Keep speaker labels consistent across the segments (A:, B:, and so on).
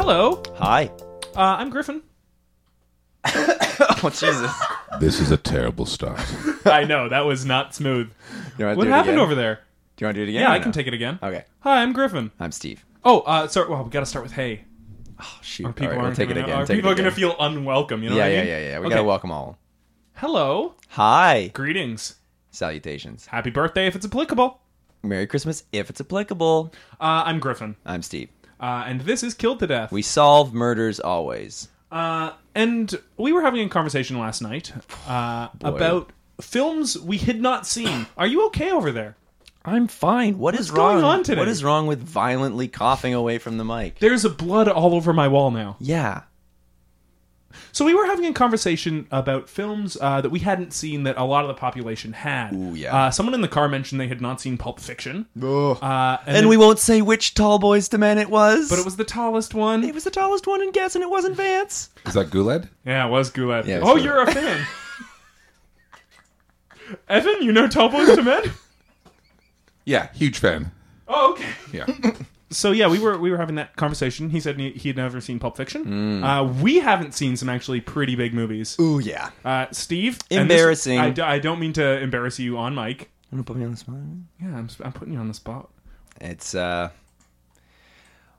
A: Hello,
B: Hi.
A: uh, I'm Griffin.
B: Oh Jesus.
C: This is a terrible start.
A: I know, that was not smooth.
B: You wanna
A: What
B: do it
A: happened
B: again?
A: over there?
B: Do you want to do it again?
A: Yeah,
B: or
A: I
B: no?
A: can take it again.
B: Okay.
A: Hi, I'm Griffin.
B: I'm Steve.
A: Oh, uh, sorry. Well, we got to start with hey.
B: Oh, shoot.
A: Or people
B: All right, we'll
A: aren't
B: take it
A: gonna-
B: again.
A: or
B: Take
A: people
B: it
A: are
B: again.
A: going to feel unwelcome. You know
B: yeah,
A: what I
B: yeah,
A: mean?
B: yeah, yeah. We
A: Okay.
B: gotta welcome all.
A: Hello.
B: Hi.
A: Greetings.
B: Salutations.
A: Happy birthday if it's applicable.
B: Merry Christmas if it's applicable.
A: Uh, I'm Griffin,
B: I'm Steve.
A: uh, and this is Killed to Death.
B: We solve murders always.
A: uh, and we were having a conversation last night uh, about films we had not seen. Are you okay over there?
B: I'm fine. What is
A: going
B: wrong?
A: on today?
B: What is wrong with violently coughing away from the mic?
A: There's a blood all over my wall now.
B: yeah.
A: So we were having a conversation about films uh, that we hadn't seen that a lot of the population had.
B: Ooh, yeah.
A: Uh, someone in the car mentioned they had not seen Pulp Fiction. Uh, and
B: and
A: then-
B: we won't say which tall boys to man it was.
A: but it was the tallest one.
B: it was the tallest one in guess and it wasn't Vance.
C: Is that Guled?
A: Yeah, it was Goulet.
B: Yeah, it was
A: oh,
B: Goulet.
A: you're a fan. Evan, you know Tall Boys to Men?
C: Yeah, huge fan.
A: Oh, okay.
C: Yeah.
A: So yeah, we were we were having that conversation. He said he he had never seen Pulp Fiction. Uh, we haven't seen some actually pretty big movies.
B: Hmm. Ooh yeah.
A: Uh, Steve, and this-
B: Embarrassing.
A: I, d- I don't mean to embarrass you on mic.
B: I'm gonna put me on the spot.
A: Yeah, I'm s- I'm putting you on the spot.
B: It's uh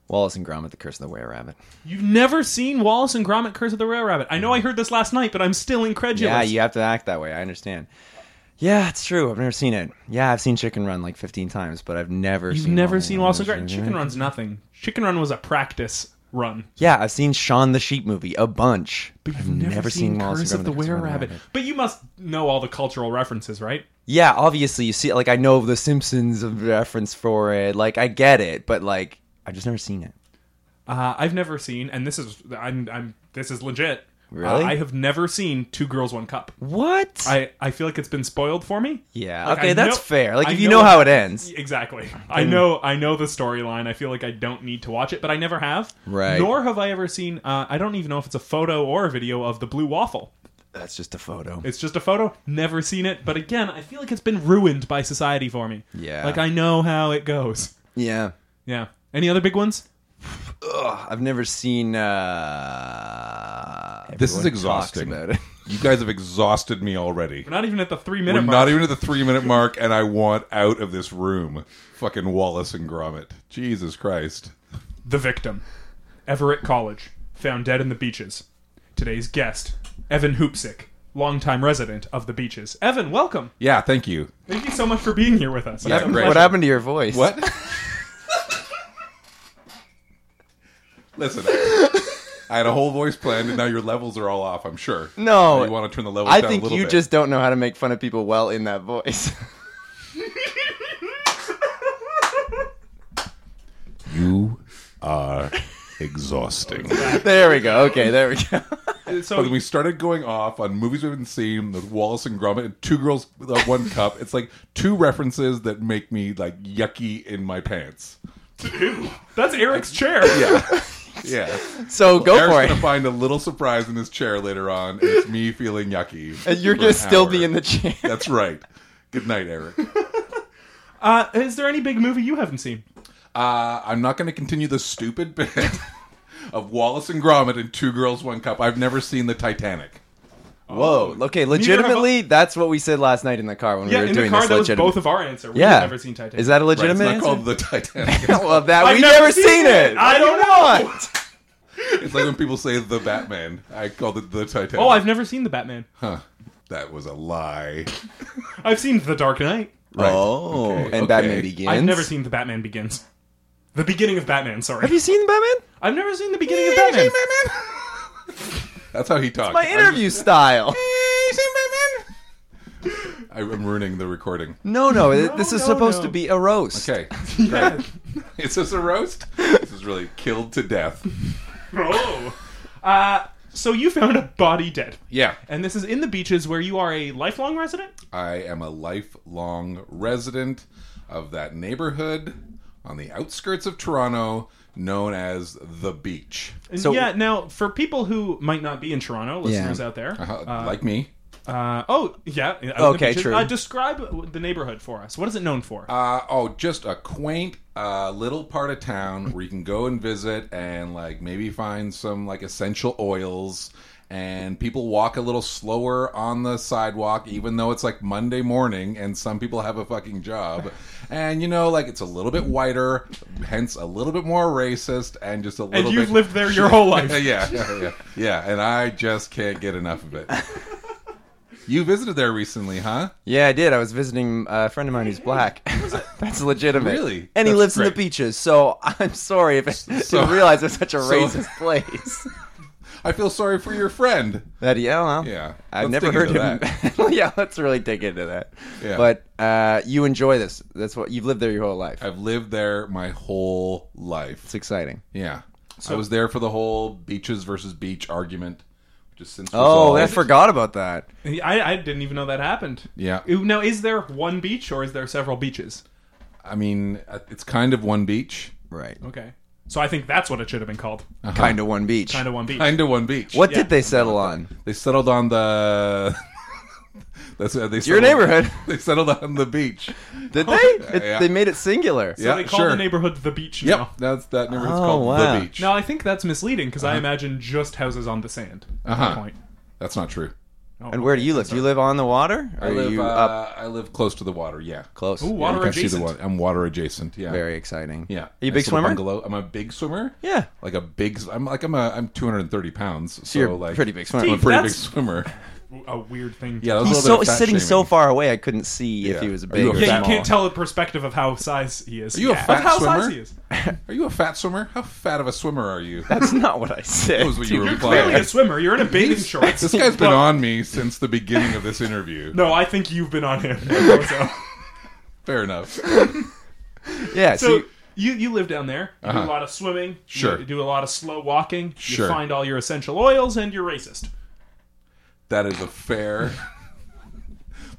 B: Wallace and Gromit, The Curse of the Were Rabbit.
A: You've never seen Wallace and Gromit: Curse of the Rare Rabbit. I know I heard this last night, but I'm still incredulous.
B: Yeah, you have to act that way. I understand. Yeah, it's true. I've never seen it. Yeah, I've seen Chicken Run like 15 times, but I've never
A: have
B: seen
A: never
B: Wallace
A: seen
B: and
A: Wallace and
B: Gromit.
A: Gromit. Chicken Run's nothing. Chicken Run was a practice run.
B: Yeah, I've seen Shaun the Sheep movie a bunch.
A: But
B: I've never, seen, Wallace
A: Curse
B: and
A: of
B: Gromit,
A: the Were
B: Were
A: Rabbit. But you must know all the cultural references, right?
B: Yeah, obviously you see like I know the Simpsons reference for it. Like I get it, but like I've just never seen it.
A: Uh, I've never seen, and this is I'm I'm this is legit.
B: Really?
A: Uh, I have never seen Two Girls One Cup.
B: What?
A: I I feel like it's been spoiled for me.
B: yeah,
A: Like,
B: okay,
A: I
B: that's
A: know-
B: fair. Like
A: I
B: if you know, how it ends.
A: Exactly. I know I know the storyline. I feel like I don't need to watch it, but I never have.
B: Right.
A: Nor have I ever seen. Uh, I don't even know if it's a photo or a video of the blue waffle.
B: That's just a photo.
A: It's just a photo. Never seen it. But again, I feel like it's been ruined by society for me.
B: Yeah.
A: Like I know how it goes.
B: yeah.
A: Yeah. Any other big ones?
B: Ugh, I've never seen. Uh,
C: This is
B: everyone talks
C: exhausting.
B: About it.
C: You guys have exhausted me already.
A: We're not even at the three minute
C: We're
A: mark.
C: not even at the three minute mark, and I want out of this room. Fucking Wallace and Gromit. Jesus Christ.
A: The victim, Everett College, found dead in the beaches. Today's guest, Evan Hoopsick, longtime resident of the beaches. Evan, welcome.
C: Yeah, thank you.
A: Thank you so much for being here with us.
C: Yeah,
A: It's a
C: great.
A: pleasure.
B: What happened to your voice?
C: What? Listen, I had a whole voice planned, and now your levels are all off, I'm sure.
B: No.
C: You want to turn the levels
B: I
C: down a
B: think
C: little
B: you
C: bit.
B: just don't know how to make fun of people well in that voice.
C: You are exhausting.
B: there we go. Okay, there we go.
A: So,
B: Oh.
C: But then we started going off on movies we haven't seen with Wallace and Gromit and Two Girls with uh, One Cup. It's like two references that make me like yucky in my pants.
A: that's Eric's chair.
C: Yeah. Yeah.
B: So go
C: Eric's
B: for
C: gonna
B: it.
C: find a little surprise in his chair later on. and It's me feeling yucky.
B: And you're
C: for
B: gonna
C: an
B: still
C: hour.
B: be in the chair.
C: That's right. Good night, Eric.
A: Uh, is there any big movie you haven't seen?
C: Uh, I'm not going to continue the stupid bit of Wallace and Gromit and Two Girls One Cup. I've never seen the Titanic.
B: Whoa. Okay, legitimately, that's what we said last night in the car when
A: Yeah,
B: we were
A: in the
B: doing
A: car,
B: this.
A: that was
B: legitimate-
A: both of our answer. We've
B: yeah.
A: never seen Titanic.
B: Is that a
C: Right, it's
B: legitimate?
C: not
B: answer?
C: called the Titanic.
B: well, that
A: I've
B: we've
A: never
B: never
A: seen
B: seen
A: it.
B: it.
A: I don't
B: Why not?
C: It's like when people say the Batman. I called it the Titanic.
A: oh, I've never seen The Batman.
C: Huh. That was a lie.
A: I've seen The Dark Knight.
C: Right.
B: Oh,
C: Okay,
B: and
C: okay.
B: Batman Begins.
A: I've never seen The Batman Begins. The beginning of Batman, sorry.
B: Have you seen Batman?
A: I've never seen the beginning of Batman.
C: That's how he talks.
B: My interview style.
C: I'm, I'm ruining the recording.
B: No, no, th- this is
A: no,
B: supposed
A: no.
B: to be a roast.
C: Okay. Great. Is this a roast? This is really killed to death.
A: Oh. Uh, so you found a body dead.
C: Yeah.
A: And this is in the beaches where you are a lifelong resident?
C: I am a lifelong resident of that neighborhood on the outskirts of Toronto known as the beach.
A: And
B: So-
A: yeah, now for people who might not be in Toronto, listeners
B: Yeah. Uh-huh.
A: out there.
C: Uh, like me.
A: Uh, oh, yeah. out in the
B: Okay,
A: beaches.
B: true.
A: Uh, describe the neighborhood for us. What is it known for?
C: Uh, oh, just a quaint uh, little part of town where you can go and visit and like maybe find some like essential oils. And people walk a little slower on the sidewalk, even though it's like Monday morning and some people have a fucking job. And you know, like it's a little bit whiter, hence a little bit more racist, and just a little
A: and you've
C: bit.
A: lived there your whole life.
C: yeah, yeah, yeah, yeah. And I just can't get enough of it. you visited there recently, huh?
B: Yeah, I did. I was visiting a friend of mine who's black. That's legitimate.
C: Really?
B: And he
C: That's
B: lives in the
C: great.
B: beaches, so I'm sorry if I didn't realize it's such a racist place.
C: I feel sorry for your friend.
B: That yeah, well,
C: Yeah.
B: I've
C: Let's
B: never
C: dig
B: heard
C: into
B: him. yeah, let's really dig into that.
C: Yeah.
B: But uh, you enjoy this. That's what you've lived there your whole life.
C: I've lived there my whole life.
B: It's exciting.
C: Yeah. I was there for the whole beaches versus beach argument, which is since
B: Oh, I
C: resolved.
B: forgot about that.
A: I, I didn't even know that happened.
C: Yeah.
A: Ooh, Now, is there one beach or is there several beaches?
C: I mean, uh, it's kind of one beach.
B: Right.
A: Okay. So I think that's what it should have been called.
B: Kind of Uh-huh. one beach.
A: Kind of one beach.
C: Kind of one beach.
B: What
A: Yeah.
B: did they settle on?
C: They settled on the. That's uh, they
B: Your
C: settled-
B: neighborhood.
C: They settled on the beach.
B: Did they? It-
C: Yeah.
B: They made it singular.
A: so
C: Yeah,
A: they call
C: sure.
A: the neighborhood the beach
C: Yep,
A: now.
C: that's that neighborhood's
B: Oh,
C: called
B: wow.
C: the beach.
A: Now I think that's misleading because I imagine just houses on the sand. at that
C: Uh-huh.
A: Point.
C: That's not true.
A: Oh,
B: And where do you live? Do you live on the water? Or
C: I live,
B: are you
C: uh,
B: up
C: I live close to the water. Yeah,
B: close?
A: Ooh,
C: Yeah, you
A: water
C: can see the
A: adjacent?
C: water- I'm water adjacent. Yeah,
B: Very exciting.
C: Yeah.
B: Are you a
C: Nice
B: big
C: little
B: swimmer?
C: Bungalow. I'm a big swimmer.
B: Yeah.
C: Like a big. I'm like I'm a I'm 230 pounds. So,
B: you're a
C: like
B: pretty big swimmer.
C: I'm a
A: Steve,
C: pretty big
A: that's-
C: swimmer.
A: A weird thing. To
C: Yeah. that was a
B: He's
C: little
B: so
C: bit of fat
B: sitting so
C: shaming.
B: far away, I couldn't see
C: Yeah.
B: if he was
C: Are
B: big.
C: you a
B: or
C: fat
A: Yeah, you
B: small.
A: can't tell the perspective of how size he is.
C: you a
A: Yeah.
C: fat
A: of how
C: swimmer?
A: size he is.
C: Are you a fat swimmer? How fat of a swimmer are you?
B: That's not what I said.
C: That was what you were
A: You're
C: implying.
A: clearly a swimmer. You're in a bathing shorts.
C: This guy's been
A: But-
C: on me since the beginning of this interview.
A: No, I think you've been on him. So,
C: Fair enough.
B: Yeah. So,
A: so you you live down there. You
B: Uh-huh.
A: do a lot of swimming.
C: Sure.
A: You do a lot of slow walking.
C: Sure.
A: You find all your essential oils, and you're racist.
C: That is a fair.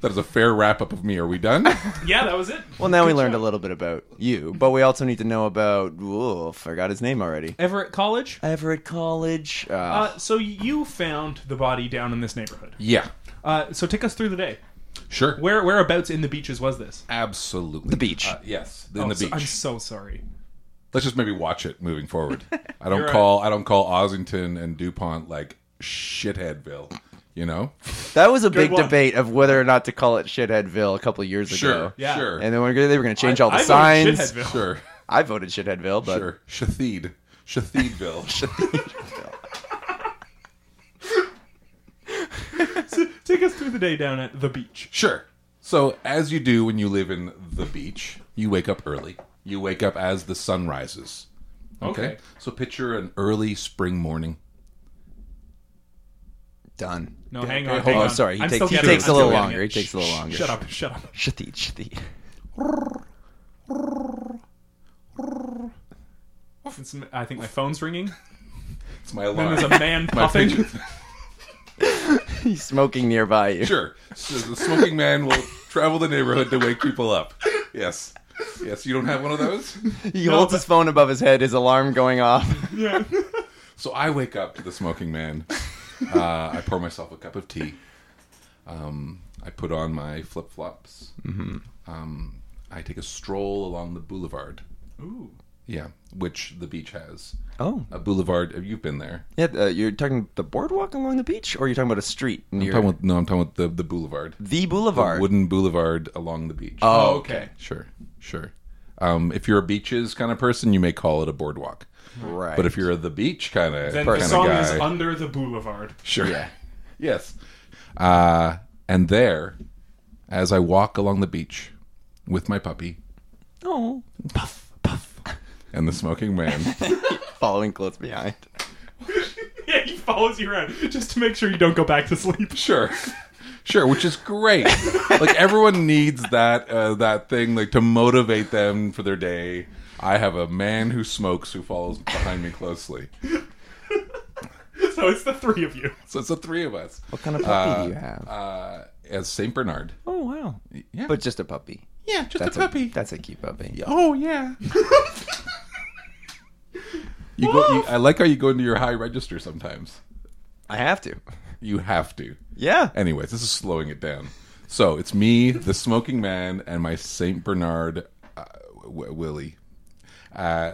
C: That is a fair wrap up of me. Are we done?
A: Yeah, that was it.
B: well, now we learned a little bit about you, but we also need to know about. Whoa, forgot his name already.
A: Everett College.
B: Everett College. Uh,
A: Uh, so you found the body down in this neighborhood.
C: Yeah.
A: Uh, so take us through the day.
C: Sure.
A: Where whereabouts in the beaches was this?
C: Absolutely.
B: the beach.
C: Uh, yes, in
A: Oh,
C: the
A: so-
C: beach.
A: I'm so sorry.
C: Let's just maybe watch it moving forward. I
A: You're
C: don't
A: right.
C: call I don't call Ossington and DuPont like shitheadville, you know?
B: that was a big
A: one.
B: debate of whether or not to call it Shitheadville a couple of years ago.
A: Yeah.
C: Sure.
B: And then we're gonna- they were going to change all the
A: I voted
B: signs.
A: Shitheadville.
C: sure.
B: I voted Shitheadville, but
C: Sure. Shatheed. Shatheedville.
A: So take us through the day down at the beach.
C: Sure. So, as you do when you live in the beach, you wake up early. You wake up as the sun rises.
A: Okay.
C: So, picture an early spring morning.
B: done.
A: No, hang
C: okay,
A: on.
C: hold
A: hang
B: Oh,
A: on.
B: sorry. He
A: I'm
B: takes,
A: still
B: he
A: getting it.
B: takes
A: I'm
B: a little
A: still getting
B: longer.
A: it.
B: He takes a little longer.
A: Shut up. Shut up.
B: Shatheed, shatheed.
A: It's- I think my phone's ringing.
C: It's my
A: And
C: alarm.
A: there's a
B: Oh,
A: man
C: My
A: puffing.
C: pigeon-
B: He's smoking nearby you.
C: Sure. So the smoking man will travel the neighborhood to wake people up. Yes. Yes, you don't have one of those?
B: He holds his phone above his head, his alarm going off.
A: yeah.
C: So I wake up to the smoking man. Uh, I pour myself a cup of tea. Um, I put on my flip flops. Mm-hmm. Um, I take a stroll along the boulevard.
A: Ooh.
C: Yeah, which the beach has.
B: Oh,
C: A boulevard. You've been there.
B: yeah. Uh, you're talking the boardwalk along the beach, or you're talking about a street near
C: I'm talking about- no, I'm talking about the, the boulevard.
B: the
C: The
B: boulevard?
C: wooden boulevard along the beach.
B: oh,
A: okay.
C: Sure, sure. Um, if you're a beaches kind of person, you may call it a boardwalk.
B: right.
C: But if you're the beach kind of
A: Then
C: kind
A: the song
C: guy,
A: is Under the Boulevard.
C: Sure.
B: Yeah.
C: yes. Uh, and there, as I walk along the beach with my puppy
B: oh,
C: and the smoking man,
B: following close behind.
A: yeah, he follows you around just to make sure you don't go back to sleep.
C: sure, sure, which is great. like everyone needs that uh, that thing like to motivate them for their day. I have a man who smokes who follows behind me closely.
A: so it's the three of you.
C: So it's the three of us.
B: What kind of puppy do you
C: Uh,
B: have?
C: Uh, as Saint Bernard.
B: oh wow.
C: Yeah,
B: But just a puppy.
C: yeah, just
B: That's
C: a puppy.
B: that's a cute puppy.
C: oh yeah. you go. You, I like how you go into your high register sometimes.
B: I have to.
C: You have to.
B: Yeah.
C: Anyways, this is slowing it down. So it's me, the smoking man, and my Saint Bernard uh, w- Willie. Uh,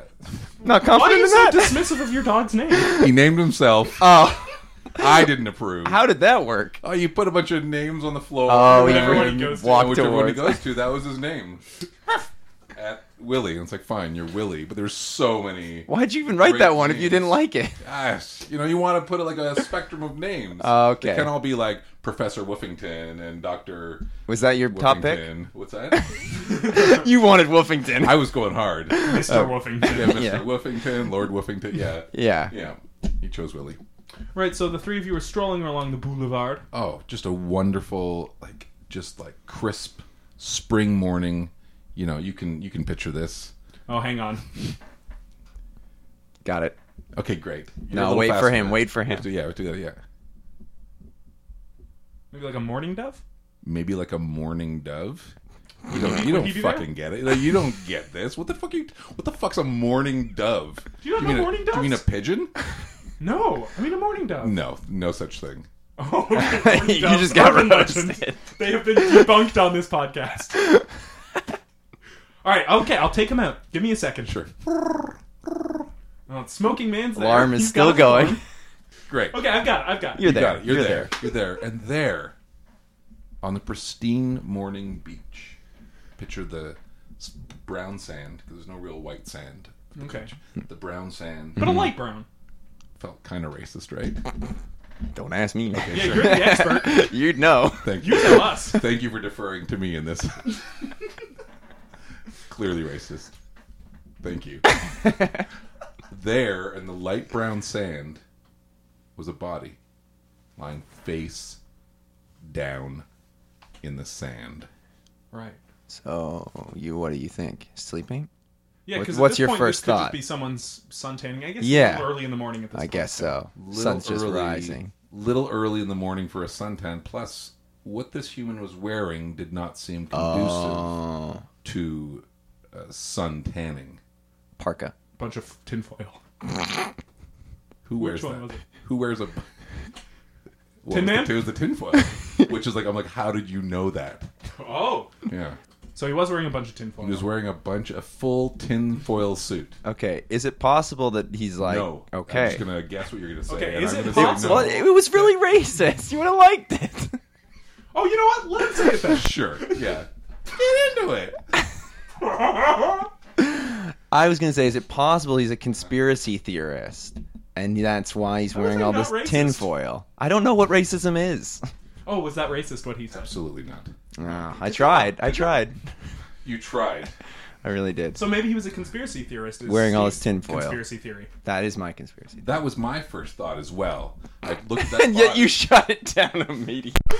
B: Not
A: Why are
B: confident
A: you
B: in
A: so
B: that.
A: dismissive of your dog's name?
C: he named himself.
B: oh,
C: I didn't approve.
B: how did that work?
C: Oh, you put a bunch of names on the floor.
B: Oh,
A: Whatever
B: you
A: one he goes to.
B: walked
C: whichever one he
B: towards.
C: goes to, that was his name. At Willie, and it's like fine, you're Willie, but there's so many.
B: Why'd you even write
C: Great
B: that one if you
C: names.
B: didn't like it?
C: Gosh, you know, you want to put it like a spectrum of names.
B: Oh, okay.
C: they can all be like Professor Woofington and Doctor
B: Was that your top pick?
C: Woofington. What's that?
B: You wanted Wolfington.
C: I was going hard. Yeah,
B: Oh.
A: Mr. Wolfington.
C: Mr.
B: Yeah.
C: Woofington, Lord Woofington. Yeah,
B: yeah.
C: yeah. He chose Willie.
A: Right, so the three of you are strolling along the boulevard.
C: Oh, just a wonderful, like just like crisp spring morning. You know, you can you can picture this.
A: Oh, hang on.
B: Got it.
C: Okay, great. You're
B: No,
C: a little
B: wait for
C: faster
B: him,
C: now.
B: wait for him.
C: Do- Yeah, do that, yeah.
A: Maybe like a mourning dove?
C: Maybe like a morning dove. You don't, you
A: Would
C: don't
A: he do
C: fucking get it. Like, you don't get this. What the fuck? You, what the fuck's a morning dove? Do
A: you not know
C: mean a-
A: mourning
C: Do you mean a
A: doves?
C: pigeon?
A: No, I mean a mourning dove.
C: No, no such thing.
A: Oh, okay, mourning
B: You
A: doves
B: just got
A: are a
B: roasted.
A: legend. They have been debunked on this podcast. All right, okay, I'll take him out. Give me a second.
C: Sure.
A: Oh, smoking man's there.
B: Alarm is
A: He's
B: still
A: got an alarm.
B: going.
C: Great.
A: Okay, I've got it. I've got it.
B: You're
C: You
B: there.
C: got it. You're, there. You're there. And there, on the pristine morning beach, picture the s- brown sand because there's no real white sand.
A: Okay.
C: The brown sand
B: Mm-hmm.
A: But a light brown.
C: felt kind of racist, right?
B: Don't ask me.
A: Yeah, you're the expert.
B: You'd know.
C: Thank
A: You tell us.
C: Thank you for deferring to me in this. Clearly racist. Thank you. there in the light brown sand was a body lying face down in the sand.
A: Right.
B: So, you what do you think? Sleeping?
A: Yeah,
B: What-
A: because at
B: what's
A: this
B: your
A: point,
B: first
A: this could
B: thought?
A: Just be someone's suntanning. I guess.
B: Yeah.
A: It's a little early in the morning at this
B: I
A: point.
B: guess so. Sun's just rising.
C: Little early in the morning for a suntan. Plus, what this human was wearing did not seem conducive
B: Oh,
C: to uh, sun tanning.
B: parka.
A: Bunch of tinfoil.
C: Who
A: Which
C: wears
A: one
C: that?
A: was it?
C: Who wears a? What
A: Tin
C: was
A: Man?
C: The, it was the tinfoil, which is like I'm like, how did you know that?
A: Oh.
C: Yeah,
A: So he was wearing a bunch of tinfoil.
C: he was wearing a bunch a full tinfoil suit.
B: Okay, is it possible that he's like
C: no, I'm
B: okay?
C: just gonna guess what you're gonna say.
A: Okay,
C: and
A: is
C: I'm
A: it
C: gonna say
A: possible-
B: Well, it was really racist. You would have liked it.
A: Oh, you know what? Let's say it
C: No.
A: then.
C: Sure, yeah, get into it.
A: Oh,
B: I was gonna say, is it possible he's a conspiracy theorist, and that's why he's
A: is
B: wearing
A: that
B: all
A: not
B: this
A: racist?
B: tinfoil? I don't know what racism is.
A: Oh, was that racist what he said?
C: Absolutely not.
B: Ah, I tried. I tried.
C: You tried.
B: I really did.
A: So maybe he was a conspiracy theorist. is
B: Wearing all his
A: Steve's
B: tinfoil.
A: Conspiracy theory.
B: That is my conspiracy.
C: That was my first thought as well. I looked at that
B: And yet
C: body-
B: you shut it down immediately.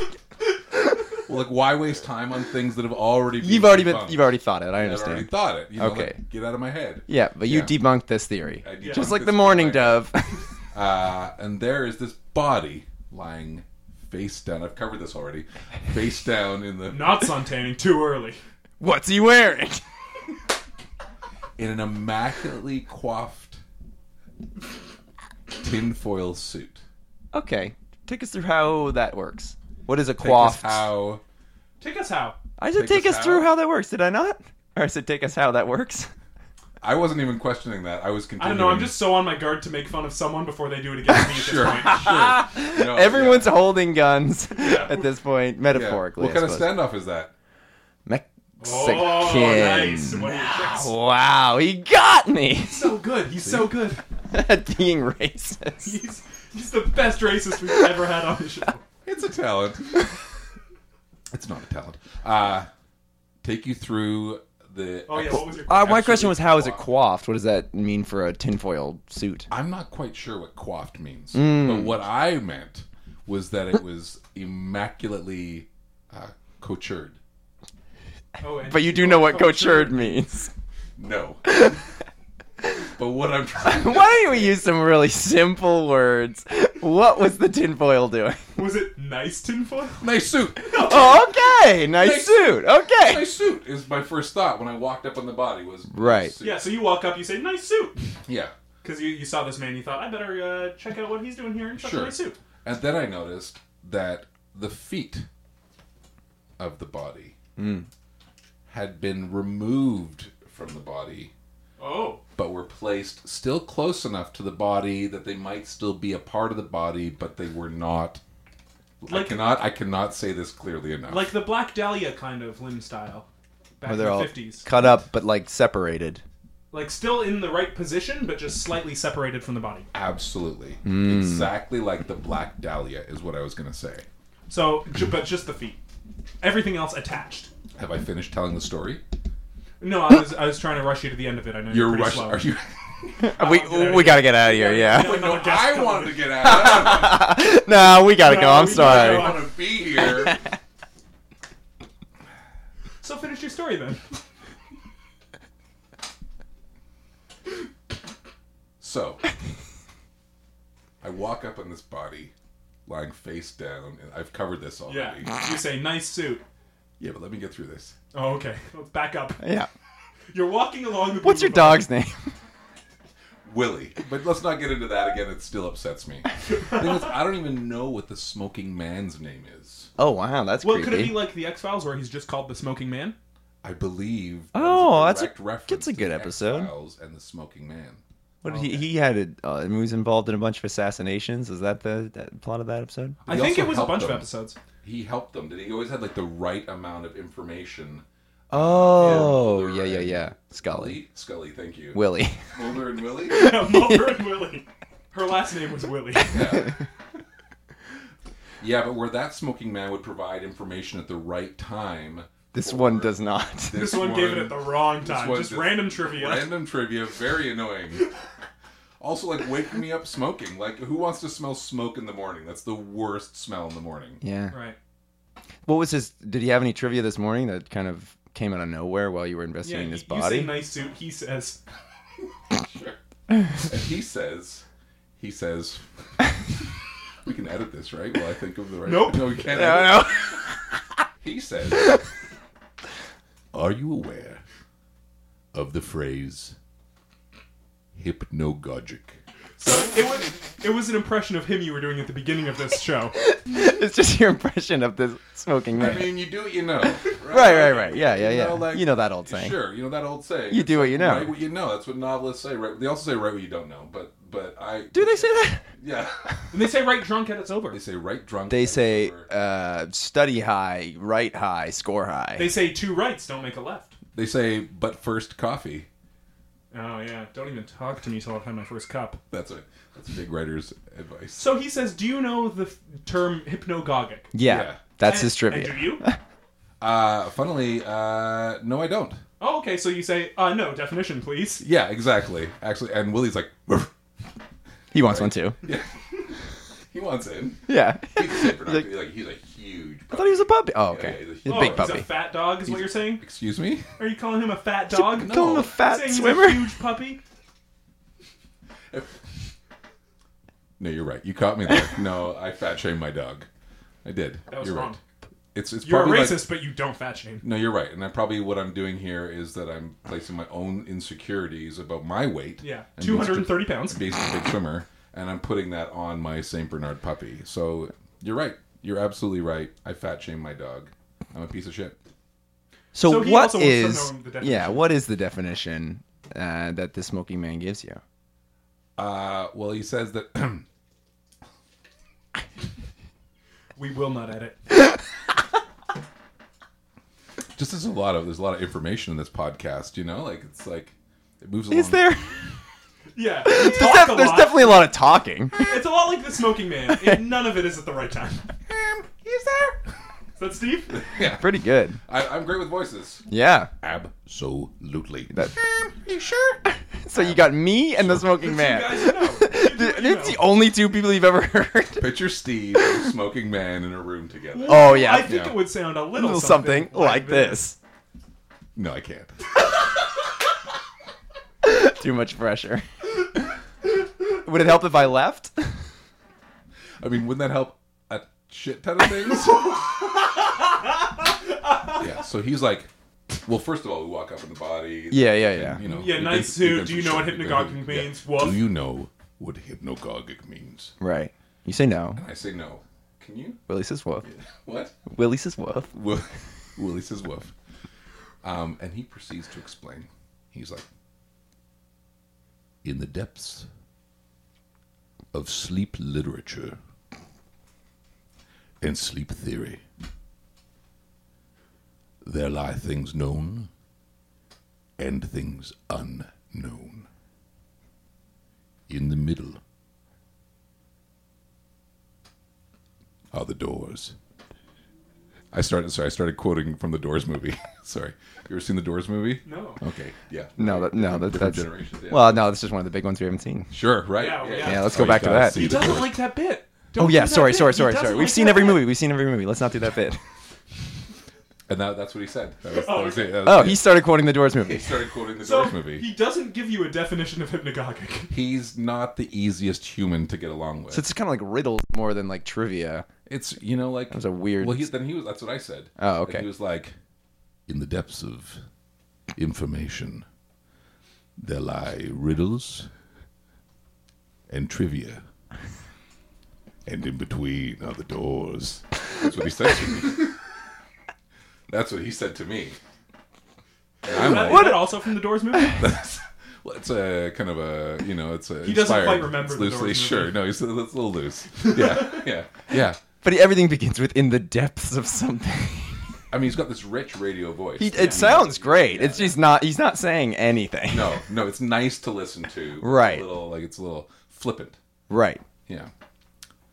C: Well, like, why waste time on things that have already? Been
B: You've already been.
C: debunked?
B: You've already thought it. I
C: I've already
B: understand.
C: thought it. You know,
B: Okay.
C: like, get out of my head.
B: Yeah, but you
C: Yeah.
B: debunked this theory,
C: I
A: Just
C: debunked
B: just like
C: this
B: the
C: in
B: morning
C: my head.
B: dove.
C: Uh, and there is this body lying face down. I've covered this already. Face down in the
A: Not suntanning too early.
B: What's he wearing?
C: in an immaculately coiffed tinfoil suit.
B: okay, take us through how that works. What is a
C: Take us
B: quaff?
C: How
A: Take us how?
B: I said
C: Take
B: take,
C: us
B: us, through
C: how?
B: how that works. Did I not? Or I said take us how that works.
C: I wasn't even questioning that. I was
A: I
C: continuing.
A: don't know. I'm just so on my guard to make fun of someone before they do it again to me at
C: sure.
A: this point.
C: sure. No,
B: Everyone's holding guns at this point,
C: yeah.
B: metaphorically.
C: What kind
B: I
C: of
B: suppose.
C: standoff is that?
B: Mexican.
A: Oh, nice. What are your tricks?
B: Wow, he got me
A: So good. He's so good.
B: at being racist. Uh,
A: He's he's the best racist we've ever had on the show.
C: It's a talent. it's not a talent. Uh, take you through the.
A: Oh yeah. What was your?
B: Uh, my question
C: Absolutely
B: was, how is it
C: quaffed.
B: coiffed? What does that mean for a tinfoil suit?
C: I'm not quite sure what coiffed means, but what I meant was that it was immaculately uh, coutured.
A: Oh, and
B: But you do know what coutured means.
C: No. But what I'm trying
B: Why don't we use some really simple words? What was the tinfoil doing?
A: Was it nice tinfoil?
C: nice suit,
B: Oh, okay. Nice suit. Okay.
C: nice suit is my first thought when I walked up on the body was nice
B: Right.
C: suit.
A: Yeah, so you walk up, you say, nice suit.
C: yeah,
A: Because you, you saw this man, you thought, I better uh, check out what he's doing here in such a
C: Sure.
A: nice suit.
C: and then I noticed that the feet of the body had been removed from the body,
A: Oh.
C: but were placed still close enough to the body that they might still be a part of the body, but they were not. I
A: Like-
C: cannot. I cannot say this clearly enough.
A: Like the Black Dahlia kind of limb style. Back
B: Where
A: in
B: they're
A: the
B: all
A: 50s.
B: cut up but like separated.
A: Like still in the right position, but just slightly separated from the body.
C: Absolutely. Exactly like the Black Dahlia is what I was going to say.
A: So, ju- but just the feet. Everything else attached.
C: Have I finished telling the story?
A: No, I was I was trying to rush you to the end of it. I know you're,
C: You're
A: pretty
C: rushed.
A: slow.
C: Are you?
B: We we gotta get out of here. Yeah.
A: Wait,
C: no,
A: no, just-
C: I wanted to get out. I
B: No, we gotta go. I'm
A: we gotta
B: sorry.
A: go.
C: don't want to be here.
A: So finish your story then.
B: Oh
C: So, I walk up on this body, lying face down, and I've covered this
A: Yeah.
C: already.
A: You say nice suit.
C: Yeah, but let me get through this.
A: Oh, okay. Let's back up.
B: Yeah.
A: You're walking along the.
B: What's your
A: boulevard.
B: dog's name?
C: Willie. But let's not get into that again. It still upsets me. Thing is, I don't even know what the smoking man's name is.
B: Oh wow, that's
A: Well, could it
B: creepy.
A: be like the X Files, where he's just called the Smoking Man?
C: I believe.
B: Oh, that's a-
C: direct reference
B: that's a
C: to
B: good
C: the
B: episode.
C: X-Files and the smoking man.
B: what did he he had it. Uh, he was involved in a bunch of assassinations. Is that the that plot of that episode?
A: I
C: He
A: think
C: also
A: it was a
C: helped
A: bunch of
C: them.
A: episodes.
C: He helped them. Did he He always had like the right amount of information?
B: Oh yeah,
C: Mulder
B: yeah,
C: and
B: yeah. Scully,
C: Willie, Scully, thank you.
B: Willie.
C: Mulder and Willie.
A: Yeah, Mulder and Willie. Her last name was Willie.
C: Yeah, but where that smoking man would provide information at the right time.
B: This one does not.
A: This one gave it at the wrong time.
C: one
A: Just
C: just-
A: random trivia.
C: Random trivia, very annoying. Also, like waking me up smoking. Like, who wants to smell smoke in the morning? That's the worst smell in the morning.
B: Yeah.
A: Right.
B: What was his? Did he have any trivia this morning that kind of came out of nowhere while you were
A: Yeah.
B: investigating
A: You,
B: his
A: you say
B: body?
A: nice suit. He says.
C: And he says, he says, we can edit this, right? Well, I think of the right.
A: Nope.
C: No, we can't. edit.
B: No, no.
C: He says, Are you aware of the phrase hypnogogic?
A: So it was it was an impression of him you were doing at the beginning of this show.
B: it's just your impression of this smoking
C: I
B: man.
C: mean, you do what you know.
B: right, right, right. Yeah, yeah,
C: You
B: yeah.
C: know, like-
B: you know that old saying.
C: Sure, you know that old saying.
B: You do what you know.
C: Write what you know. That's what novelists say. Right? They also say write what you don't know. But but I
B: Do they say that?
C: yeah.
A: And they say right drunk at it's over.
C: They say write drunk.
B: They
C: write
B: say
C: sober.
B: uh, study high, write high, score high.
A: They say two rights don't make a left.
C: they say but first coffee.
A: Oh yeah, don't even talk to me till I've had my first cup.
C: That's a that's big writer's advice.
A: So he says, "Do you know the f- term hypnogogic?"
B: yeah,
C: yeah.
B: that's
A: And-
B: his
A: And
B: trivia.
A: do you?
C: Uh, funnily, uh, no, I don't.
A: Oh, okay. So you say, "Uh, no definition, please."
C: Yeah, exactly. Actually, and Willie's like, "Ruff."
B: He wants one too.
C: yeah. he wants in.
B: Yeah. I
C: He's super nice. Like, he's a huge.
B: thought he was a puppy. Oh,
C: Yeah,
B: okay.
C: he's a
B: He's a
A: oh,
B: big
A: He's a
B: puppy.
A: fat dog, is what you're saying?
C: Excuse me.
A: Are you calling him a fat dog?
C: No.
B: Call him a
A: Saying
B: fat
A: he's
B: swimmer.
A: a huge puppy.
C: No, you're right. You caught me there. no, I fat shamed my dog. I did.
A: That was
C: you're
A: wrong.
C: Right. It's it's
A: You're a
C: probably like-
A: racist, but you don't fat shame.
C: no, you're right. And I probably what I'm doing here is that I'm placing my own insecurities about my weight.
A: Yeah,
C: and
A: two hundred and thirty pounds.
C: Being a big swimmer, and I'm putting that on my Saint Bernard puppy. So you're right. You're absolutely right. I fat shamed my dog. I'm a piece of shit.
B: So,
A: So he
B: what
A: also wants to
B: is?
A: know the definition.
B: Yeah, what is the definition uh, that the smoking man gives you?
C: Uh, well, he says that
A: We will not edit.
C: just there's a lot of there's a lot of information in this podcast. You know, like it's like it moves.
B: Is
C: along.
B: there?
A: Yeah, we
B: There's,
A: talk a
B: def- there's
A: lot.
B: definitely a lot of talking.
A: It's a lot like the smoking man. and none of it is at the right time.
C: Um, is there?
A: Is that Steve?
C: Yeah,
B: Pretty good.
C: I, I'm great with voices.
B: Yeah.
C: Absolutely.
B: That-
C: um, you sure?
B: So you got me and the smoking man.
A: You guys know. You do
B: Th-
A: what you
B: It's the
A: know.
B: only two people you've ever heard.
C: Picture Steve and a smoking man in a room together.
B: Oh yeah.
A: I think
C: Yeah.
A: it would sound a little,
B: little something like this.
C: No, I can't.
B: Too much pressure. Would it help if I left?
C: I mean, wouldn't that help a shit ton of things? yeah. So he's like, well, first of all, we walk up in the body.
B: Yeah, yeah, yeah.
C: You know.
A: Yeah,
C: we've
A: nice
C: been-
A: suit.
C: we've been
A: Do you
C: through
A: know what
C: shit. We've
A: hypnagogic
C: been- yeah.
A: means? Woof.
C: Do you know what hypnagogic means?
B: Right. You say no.
C: I say no. Can you?
B: Willie says woof.
C: What?
B: Willie says woof.
C: Wo- Willie says woof. Um, and he proceeds to explain. He's like, in the depths of sleep literature and sleep theory, there lie things known and things unknown. In the middle are the doors. I started. Sorry, I started quoting from the Doors movie. sorry, you ever seen the Doors movie?
A: No.
B: Oh,
C: Okay. Yeah.
B: No, that, no, that,
C: Different
B: that's
C: generation, yeah.
B: well, no. That's just one of the big ones we haven't seen.
C: Sure. Right.
A: Yeah, yeah.
B: Yeah, let's
C: Oh,
B: go
C: you
B: back to
C: gotta
B: that.
C: see
A: He
C: the
A: doesn't
C: Doors.
A: like that bit. Don't
B: Oh yeah,
A: do that
B: sorry,
A: bit.
B: sorry,
A: He
B: sorry,
A: doesn't
B: sorry.
A: like
B: We've seen
A: that
B: every
A: bit.
B: movie. We've seen every movie. Let's not do that bit.
C: And that, that's what he said. That was, that was it. That was
B: Oh,
C: it.
B: he started quoting the Doors
C: He
B: movie.
C: started quoting the
A: So
C: Doors movie.
A: he doesn't give you a definition of hypnagogic.
C: He's not the easiest human to get along with.
B: So it's kind of like riddles more than like trivia.
C: It's you know like that
B: was a weird-
C: Well, he then he was. That's what I said.
B: Oh, okay.
C: And he was like, in the depths of information, there lie riddles and trivia, and in between are the doors. That's what he said to me. that's what he said to me. And I'm
A: That,
C: like,
A: what? also from the Doors movie?
C: that's, well, it's a kind of a you know, it's a.
A: He doesn't
C: inspired-
A: quite remember
C: it's
A: the
C: loosely.
A: Doors movie.
C: sure, no, he's a, it's a little loose. Yeah, yeah, yeah.
B: But everything begins with in the depths of something.
C: I mean, he's got this rich radio voice.
B: He, it sounds great. It's just not. He's not saying anything.
C: no, no, it's nice to listen to.
B: Right.
C: It's a little like it's a little flippant.
B: Right.
C: Yeah.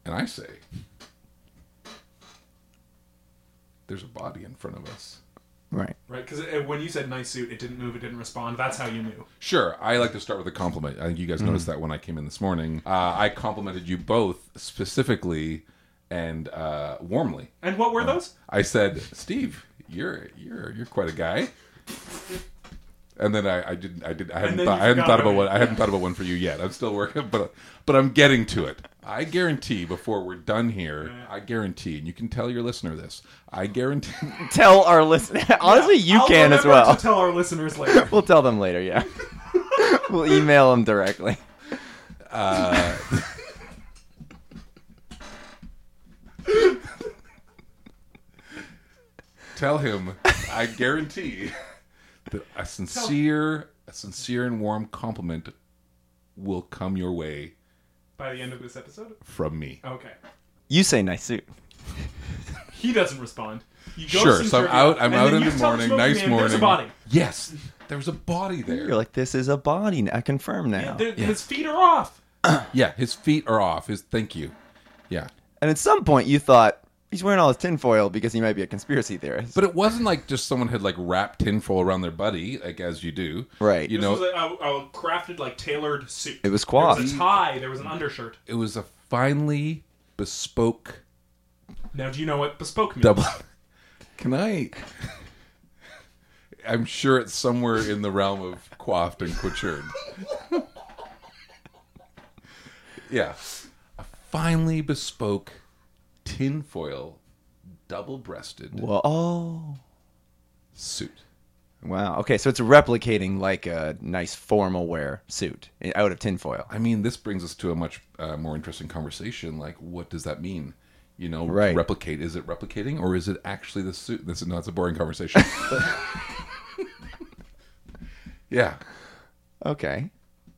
C: And I say, there's a body in front of us.
B: Right.
A: Right, because when you said nice suit, it didn't move, it didn't respond. That's how you knew.
C: Sure, I like to start with a compliment. I think you guys noticed that when I came in this morning. Uh, I complimented you both specifically and uh, warmly.
A: And what were those?
C: I said, "Steve, you're you're you're quite a guy." And then I, I didn't I did I hadn't
A: then
C: thought
A: you
C: I hadn't
A: forgot
C: thought about
A: about
C: one
A: it.
C: I hadn't thought about one for you yet. I'm still working, but but I'm getting to it. I guarantee before we're done here, I guarantee, and you can tell your listener this. I guarantee.
B: Tell our listeners. Honestly, you
A: I'll
B: can as
A: remember
B: well.
A: To tell our listeners later.
B: We'll tell them later. Yeah. we'll email them directly.
C: tell him I guarantee that a sincere a sincere and warm compliment will come your way
A: By the end of this episode?
C: from me.
A: Okay.
B: You say nice suit.
A: He doesn't respond. You go
C: Sure,
A: see
C: so I'm
A: trivia,
C: out- I'm
A: and
C: out
A: then
C: in
A: you
C: the
A: tell
C: morning,
A: Smoking
C: nice
A: Man There's a
C: morning.
A: body.
C: Yes, there was a body there.
B: You're like this is a body. I confirm now.
A: There- His feet are off.
C: Yeah, his feet are off. His thank you. Yeah.
B: And at some point, you thought he's wearing all his tinfoil because he might be a conspiracy theorist.
C: But it wasn't like just someone had like wrapped tinfoil around their buddy, like as you do.
B: Right.
C: You
A: This
C: know,
A: was a, a, a crafted, like, tailored suit.
B: It was
A: There was a
B: coiffed.
A: tie. There was an undershirt.
C: it was a finely bespoke
A: Now, do you know what bespoke means?
C: double. Can I? I'm sure it's somewhere in the realm of coiffed and coutured. yeah. A finely bespoke tinfoil double breasted
B: Well, oh.
C: suit.
B: Wow. Okay, so it's replicating like a nice formal wear suit i- out of tinfoil.
C: I mean, this brings us to a much uh, more interesting conversation. Like, what does that mean? You know, to
B: Right.
C: replicate. Is it replicating, or is it actually the suit? This is not a boring conversation. yeah,
B: Okay.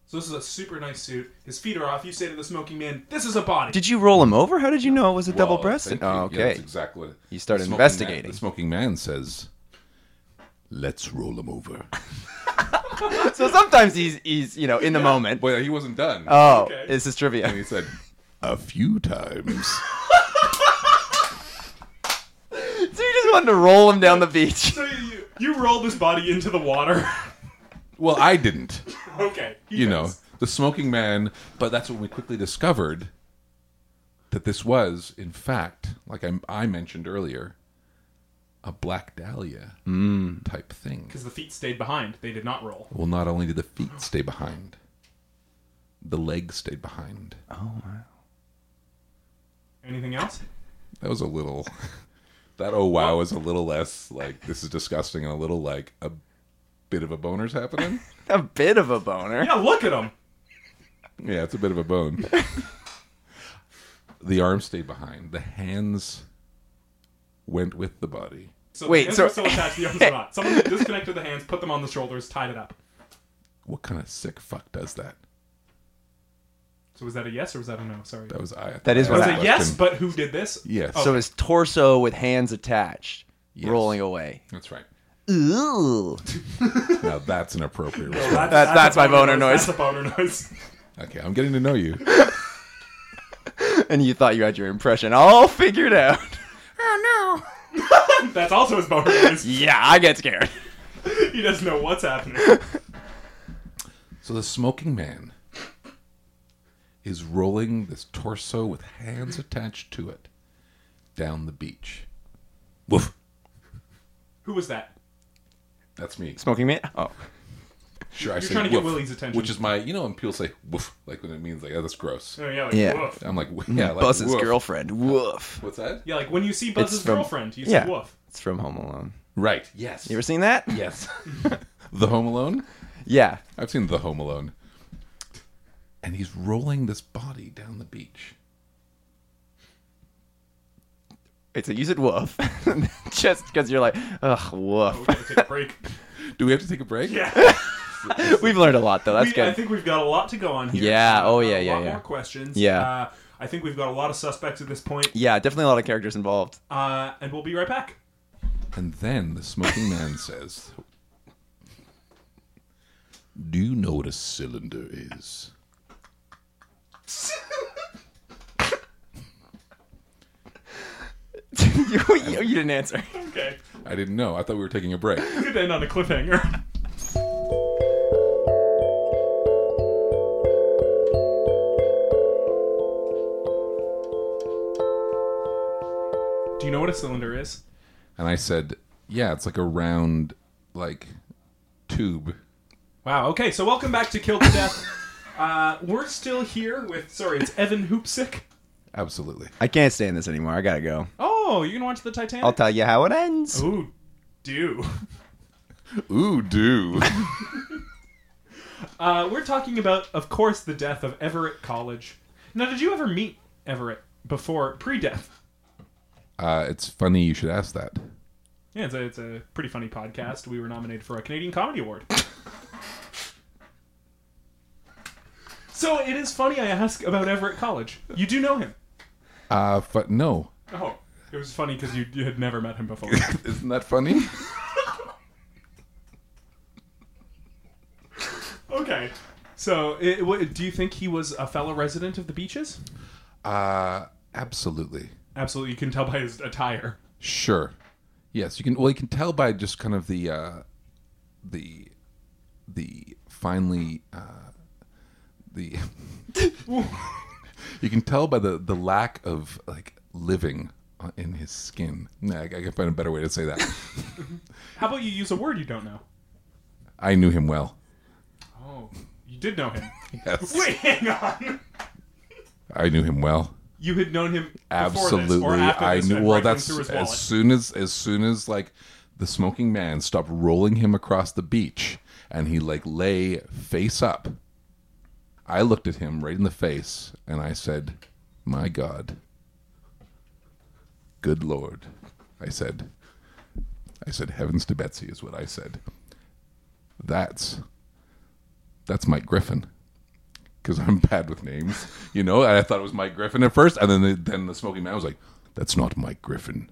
A: So this is a super nice suit. His feet are off. You say to the smoking man, "This is a body."
B: Did you roll him over? How did you know it was a
C: Well,
B: double breasted?
C: thank you.
B: Oh,
C: Yeah, that's
B: okay.
C: exactly. What,
B: You started
C: the smoking
B: investigating.
C: man- the smoking man says, "Let's roll him over."
B: so sometimes he's he's you know in the moment.
C: well, he wasn't done.
B: Oh,
A: Okay.
B: this is trivia.
C: and he said, "A few times."
B: so you just wanted to roll him down the beach.
A: So you, you, you rolled his body into the water.
C: well, I didn't.
A: okay. he
C: you know,
A: does.
C: the smoking man. But that's when we quickly discovered that this was, in fact, like I, I mentioned earlier, a black dahlia
B: Mm.
C: type thing.
A: because the feet stayed behind. They did not roll.
C: Well, not only did the feet stay behind, the legs stayed behind.
A: Anything else?
C: That was a little. That oh wow is a little less like this is disgusting and a little like a bit of a boner's happening.
B: A bit of a boner.
A: Yeah, look at them.
C: Yeah, it's a bit of a bone. the arms stayed behind. The hands went with the body.
A: So
B: Wait,
A: the hands
B: so-
A: are still attached. The arms are not. Someone disconnected the hands, put them on the shoulders, tied it up.
C: What kind of sick fuck does that?
A: So was that a yes or was that a no? Sorry.
C: That was I.
B: That is
C: I
B: what
A: was
B: I- Oh.
A: it
C: asked
A: yes,
C: him.
A: but who did this?
C: yes.
B: So his torso with hands attached,
C: Yes.
B: rolling away.
C: that's right.
B: Ooh.
C: Now that's an appropriate
A: Well,
C: response.
B: That- that's
A: a
B: my boner noise.
A: That's a boner noise.
C: Okay, I'm getting to know you.
B: and you thought you had your impression all figured out.
C: Oh
A: That's also his boner noise.
B: yeah, I get scared.
A: He doesn't know what's happening.
C: no! So the smoking man is rolling this torso with hands attached to it down the beach. Woof.
A: Who was that?
C: That's me.
B: Smoking me? Oh.
C: Sure, I
A: You're
C: say
A: trying to get
C: woof,
A: Willie's attention.
C: which is my. You know, when people say woof, like when it means like oh, that's gross.
A: Oh, yeah, like,
B: Yeah.
A: woof.
C: I'm like, w-
B: Mm,
C: yeah, like
B: Buzz's
C: woof.
B: girlfriend. Woof.
C: What's that?
A: Yeah, like when you see Buzz's
B: It's from-
A: girlfriend, you
B: yeah.
A: say woof.
B: It's from Home Alone.
C: Right. Yes.
B: You ever seen that?
C: yes. the Home Alone.
B: Yeah.
C: I've seen The Home Alone. And he's rolling this body down the beach.
B: Wait, so you said woof. Just because you're like, ugh,
A: We
B: woof.
A: gotta take a break.
C: Do we have to take a break?
A: Yeah.
B: We've learned a lot, though. That's
A: We-
B: good.
A: I think we've got a lot to go on here.
B: Yeah, oh, yeah,
A: a
B: yeah,
A: lot
B: yeah.
A: More questions.
B: Yeah.
A: Uh, I think we've got a lot of suspects at this point,
B: yeah, definitely a lot of characters involved.
A: uh, and we'll be right back.
C: And then the smoking man says, Do you know what a cylinder is?
B: you, you, you didn't answer.
A: Okay.
C: I didn't know. I thought we were taking a break.
A: Good to end on a cliffhanger. Do you know what a cylinder is?
C: And I said, Yeah, it's like a round, like, tube.
A: Wow. Okay. So welcome back to Kill to Death. Uh, we're still here with sorry, it's Evan Hoopsick.
C: Absolutely.
B: I can't stand this anymore. I gotta go.
A: Oh, you gonna watch the Titanic?
B: I'll tell you how it ends.
A: Ooh, do.
C: Ooh, do.
A: Uh, we're talking about, of course, the death of Everett College. Now, did you ever meet Everett before pre-death?
C: uh, it's funny you should ask that.
A: Yeah, it's a, it's a pretty funny podcast. We were nominated for a Canadian Comedy Award. so it is funny I ask about Everett College. You do know him.
C: Uh, fu- no.
A: Oh, it was funny because you, you had never met him before.
C: Isn't that funny?
A: okay. So, it, what, do you think he was a fellow resident of the beaches?
C: Uh, absolutely.
A: Absolutely, you can tell by his attire.
C: Sure. Yes, you can. Well, you can tell by just kind of the uh, the the finely uh, the you can tell by the the lack of like living on- in his skin. Nah, I, I can find a better way to say that.
A: How about you use a word you don't know?
C: I knew him well.
A: Oh, you did know him.
C: Yes,
A: Wait, hang on.
C: I knew him well.
A: You had known him before this, or
C: Absolutely,
A: after
C: I
A: this
C: knew.
A: and
C: Well,
A: rifling
C: that's
A: through his wallet.
C: as soon as as soon as like the smoking man stopped rolling him across the beach, and he like lay face up. I looked at him right in the face, and I said, "My God, good Lord," I said. I said, "Heavens to Betsy" is what I said. That's that's Mike Griffin because I'm bad with names, you know. And I thought it was Mike Griffin at first, and then the, then the Smoking Man was like, "That's not Mike Griffin.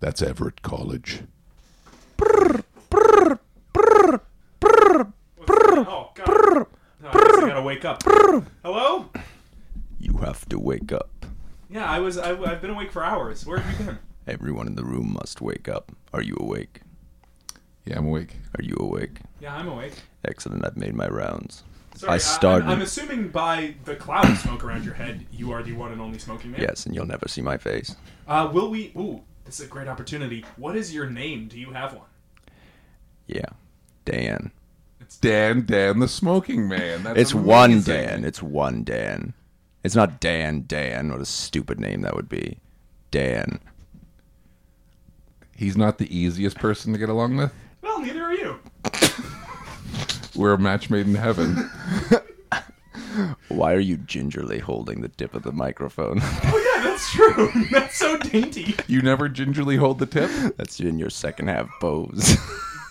C: That's Everett College."
A: Oh God! Oh, I guess I gotta wake up. Hello?
B: You have to wake up.
A: Yeah, I was. I, I've been awake for hours. Where have you been?
B: Everyone in the room must wake up. Are you awake?
C: Yeah, I'm awake.
B: Are you awake?
A: Yeah, I'm awake.
B: Excellent. I've made my rounds.
A: Sorry,
B: I started.
A: am assuming by the cloud of smoke around your head, you are the one and only smoking man.
B: yes, and you'll never see my face.
A: Uh, will we? Ooh, It's a great opportunity. What is your name? Do you have one?
B: Yeah, Dan.
C: Dan, Dan the Smoking Man. That's
B: It's one
C: amazing.
B: Dan. It's one Dan. It's not Dan Dan. What a stupid name that would be. Dan.
C: He's not the easiest person to get along with.
A: Well, neither are you.
C: We're a match made in heaven.
B: Why are you gingerly holding the tip of the microphone?
A: Oh yeah, that's true. that's so dainty.
C: you never gingerly hold the tip.
B: That's in your second half pose.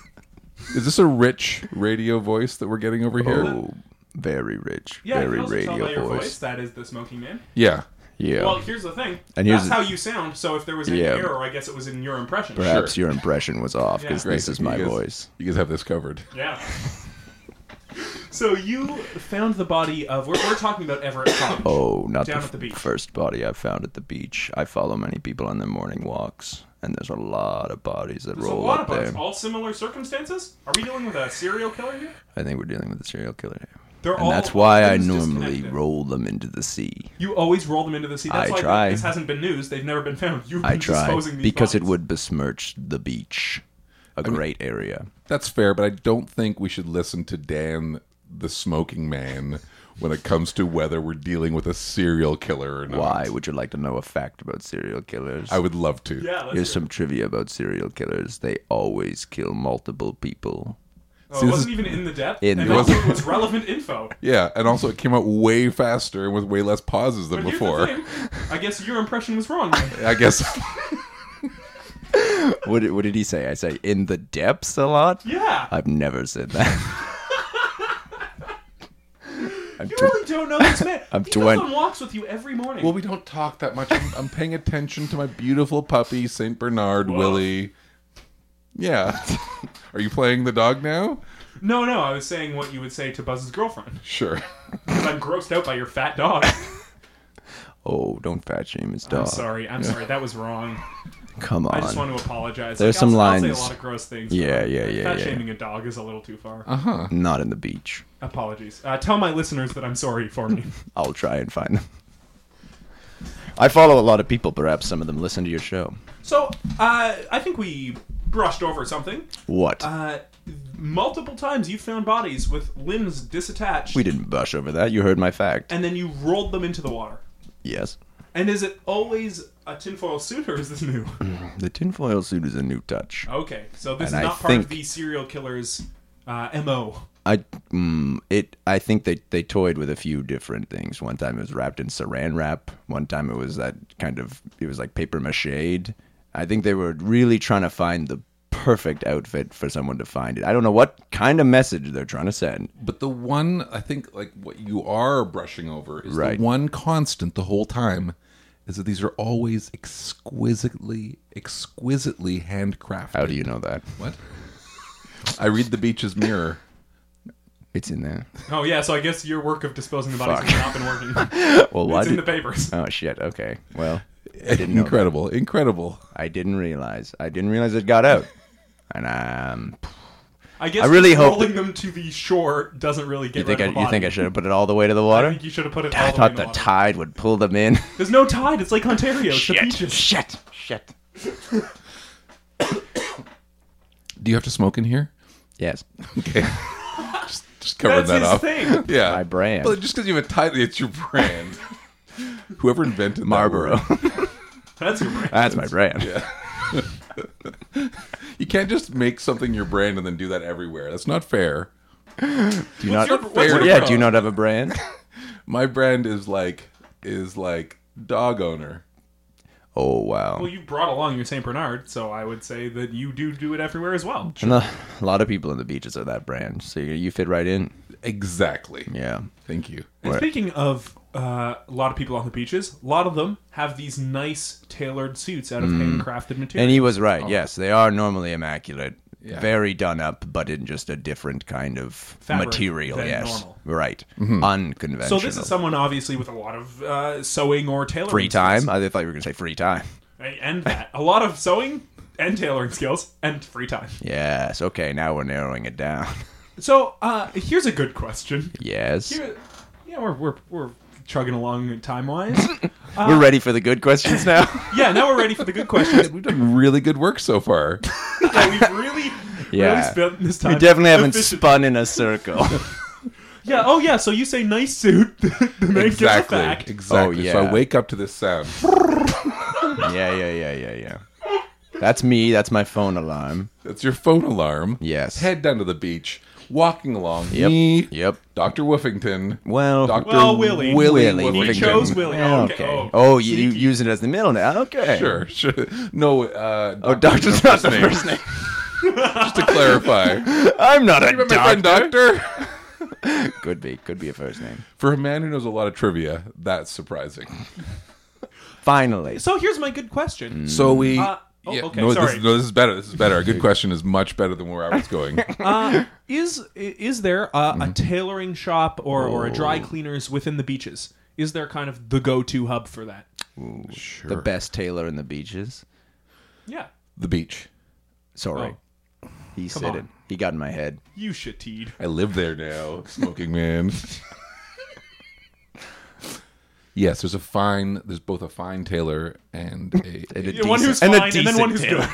C: Is this a rich radio voice that we're getting over here?
B: oh, very rich.
A: Yeah,
B: very
A: you can also tell by
B: radio
A: your voice.
B: voice.
A: that is the smoking man.
C: Yeah.
B: Yeah.
A: Well, here's the thing.
B: And here's
A: that's
B: the-
A: how you sound. So if there was any
B: Yeah.
A: error, I guess it was in your impression.
B: Perhaps your impression was off
A: Yeah.
B: because
A: Great.
B: this is my
C: You guys-
B: voice.
C: You guys have this covered.
A: Yeah. so you found the body of. We're, we're talking about Everett College.
B: Oh, not
A: Down
B: the,
A: at the
B: f-
A: beach.
B: first body I found at the beach. I follow many people on their morning walks, and there's a lot of bodies that
A: There's a
B: roll
A: lot
B: up
A: of us.
B: there.
A: All similar circumstances? Are we dealing with a serial killer here?
B: I think we're dealing with a serial killer here.
A: They're
B: and
A: all
B: that's why I
A: things
B: normally
A: disconnected.
B: roll them into the sea.
A: You always roll them into the sea. That's
B: I
A: why
B: try.
A: This hasn't been news. They've never been found. You've been
B: I try
A: disposing these
B: because it
A: bodies.
B: would besmirch the beach, a great area.
C: That's fair, but I don't think we should listen to Dan the Smoking Man when it comes to whether we're dealing with a serial killer or not.
B: Why would you like to know a fact about serial killers?
C: I would love to.
A: Yeah, let's
B: Here's
A: hear it.
B: some trivia about serial killers. They always kill multiple people.
A: Oh, it
C: See, this
A: wasn't
C: is-
A: even in the depth.
B: In-
A: and
B: It
A: also
C: wasn't-
A: it was relevant info.
C: Yeah, and also it came out way faster and with way less pauses than
A: But here's
C: before.
A: the thing. I guess your impression was wrong. then.
C: I guess
B: What did, what did he say? I say in the depths a lot.
A: Yeah.
B: I've never said that. I'm
A: you
B: tw-
A: really don't know this man.
B: I'm
A: he
B: twen-
A: goes on walks with you every morning.
C: Well, we don't talk that much. I'm, I'm paying attention to my beautiful puppy, Saint Bernard Willie. Yeah. Are you playing the dog now?
A: no, no, I was saying what you would say to Buzz's girlfriend.
C: Sure.
A: 'Cause I'm grossed out by your fat dog.
B: oh, don't fat shame his
A: I'm
B: dog.
A: sorry. I'm sorry. That was wrong.
B: Come on.
A: I just want to apologize.
B: There's
A: Like,
B: some
A: I'll, I'll
B: lines-
A: say a lot of gross things.
B: Yeah,
A: but
B: yeah, yeah,
A: Fat
B: yeah. Uh-huh.
A: shaming a dog is a little too far.
B: Not in the beach.
A: Apologies. Uh, tell my listeners that I'm sorry for me.
B: I'll try and find them. I follow a lot of people. Perhaps some of them listen to your show.
A: so uh, I think we brushed over something.
B: What?
A: Uh, multiple times you found bodies with limbs disattached,
B: we didn't bush over that. You heard my fact.
A: and then you rolled them into the water.
B: yes.
A: And is it always a tinfoil suit, or is this new?
B: The tinfoil suit is a new touch.
A: Okay, so this
B: And
A: is
B: I
A: not part of
B: think-
A: the serial killer's uh, mo.
B: I mm, it I think they they toyed with a few different things. One time it was wrapped in saran wrap. One time it was that kind of it was like paper mache. I think they were really trying to find the perfect outfit for someone to find it. I don't know what kind of message they're trying to send.
C: But the one I think like what you are brushing over is
B: Right.
C: the one constant the whole time is that these are always exquisitely exquisitely handcrafted.
B: How do you know that?
C: What? I read the beach's mirror.
B: It's in there.
A: Oh yeah, so I guess your work of disposing the bodies has not been working.
B: Well, why
A: it's in the
B: did?
A: papers.
B: Oh shit. Okay. Well,
C: Incredible. Incredible.
B: I didn't realize. I didn't realize it got out. And um,
A: I guess
B: I really
A: just
B: hope
A: rolling them to the shore doesn't really get
B: you think I,
A: rid of the
B: you think
A: body.
B: I should have put it all the way to the
A: I
B: water?
A: think you should have put it all
B: I
A: the way in
B: thought
A: the
B: the
A: water.
B: tide would pull them in.
A: There's no tide. It's Lake Ontario. It's the
B: shit,
A: beaches.
B: shit, shit.
C: Do you have to smoke in here?
B: Yes,
C: Okay. just, just covering
A: That's
C: that
A: his
C: up.
A: thing.
C: Yeah.
B: my brand,
C: Well, just because you have a title, it's your brand. Whoever invented that
B: Marlboro.
C: word.
A: That's your brand.
B: That's my brand.
C: you can't just make something your brand and then do that everywhere. That's not fair.
B: Do you not?
A: your- what's your
B: yeah,
A: brand?
B: do you not have a brand?
C: My brand is like is like dog owner.
B: Oh wow!
A: Well, you brought along your Saint Bernard, so I would say that you do do it everywhere as well.
B: And a, a lot of people in the beaches are that brand, so you, you fit right in.
C: Exactly.
B: Yeah,
C: Thank you.
A: And speaking of uh, a lot of people on the beaches, a lot of them have these nice tailored suits out of handcrafted material.
B: Mm. and he was right. Yes, they are normally immaculate,
C: Yeah.
B: very done up, but in just a different kind of
A: Fabric
B: material.
A: than
B: Yes,
A: normal.
B: right,
A: so
B: unconventional.
A: this is someone obviously with a lot of uh, sewing or tailoring
B: free
A: skills.
B: time. I thought you were going to say free time.
A: I- and that a lot of sewing and tailoring skills and free time.
B: Yes. Okay. Now we're narrowing it down.
A: So uh, here's a good question.
B: yes.
A: Here, yeah, we're, we're we're chugging along time wise.
B: We're ready for the good questions now.
A: yeah, now we're ready for the good questions.
C: We've done really good work so far.
A: Yeah, we've really, really
B: Yeah.
A: spent this time.
B: we definitely haven't
A: efficient-
B: spun in a circle.
A: Yeah. Oh, yeah. So you say nice suit. the man gives a
C: exactly.
A: fact.
C: Exactly.
B: Oh, yeah.
C: So I wake up to this sound.
B: yeah, yeah, yeah, yeah, yeah. That's me. That's my phone alarm.
C: That's your phone alarm.
B: Yes.
C: Head down to the beach, walking along.
B: Yep.
C: Me,
B: Yep.
C: Dr. Woofington.
B: Well,
C: Dr.
A: Well, Willie.
C: Willie.
B: Willie.
C: Woofington.
A: He chose Willie.
B: yeah,
A: Oh,
B: okay.
A: okay.
B: Oh,
A: Oh.
B: you, you use it as the middle now. Okay.
C: Sure, sure. No, uh,
B: Oh, doctor's not the first name.
C: Just to clarify. Remember
B: I'm not a
C: my friend
B: doctor.
C: Doctor?
B: Could be. Could be a first name.
C: For a man who knows a lot of trivia, that's surprising.
B: Finally.
A: So here's my good question.
C: So we.
A: Uh, oh, okay,
C: no,
A: sorry.
C: This, no, this is better. This is better. A good question is much better than where I was going.
A: Uh, is is there a,
B: Mm-hmm.
A: a tailoring shop or, or a
B: Oh.
A: dry cleaners within the beaches? Is there kind of the go to hub for that?
C: sure.
B: The best tailor in the beaches.
A: Yeah.
C: The beach.
B: Sorry. He said
A: Oh. on.
B: it. He got in my head.
A: You shatteed.
C: I live there now, smoking man. yes, there's a fine. There's both a fine tailor and a.
B: And a
A: Yeah, one who's
B: decent-
A: fine
B: and a
A: and, then one who's
B: decent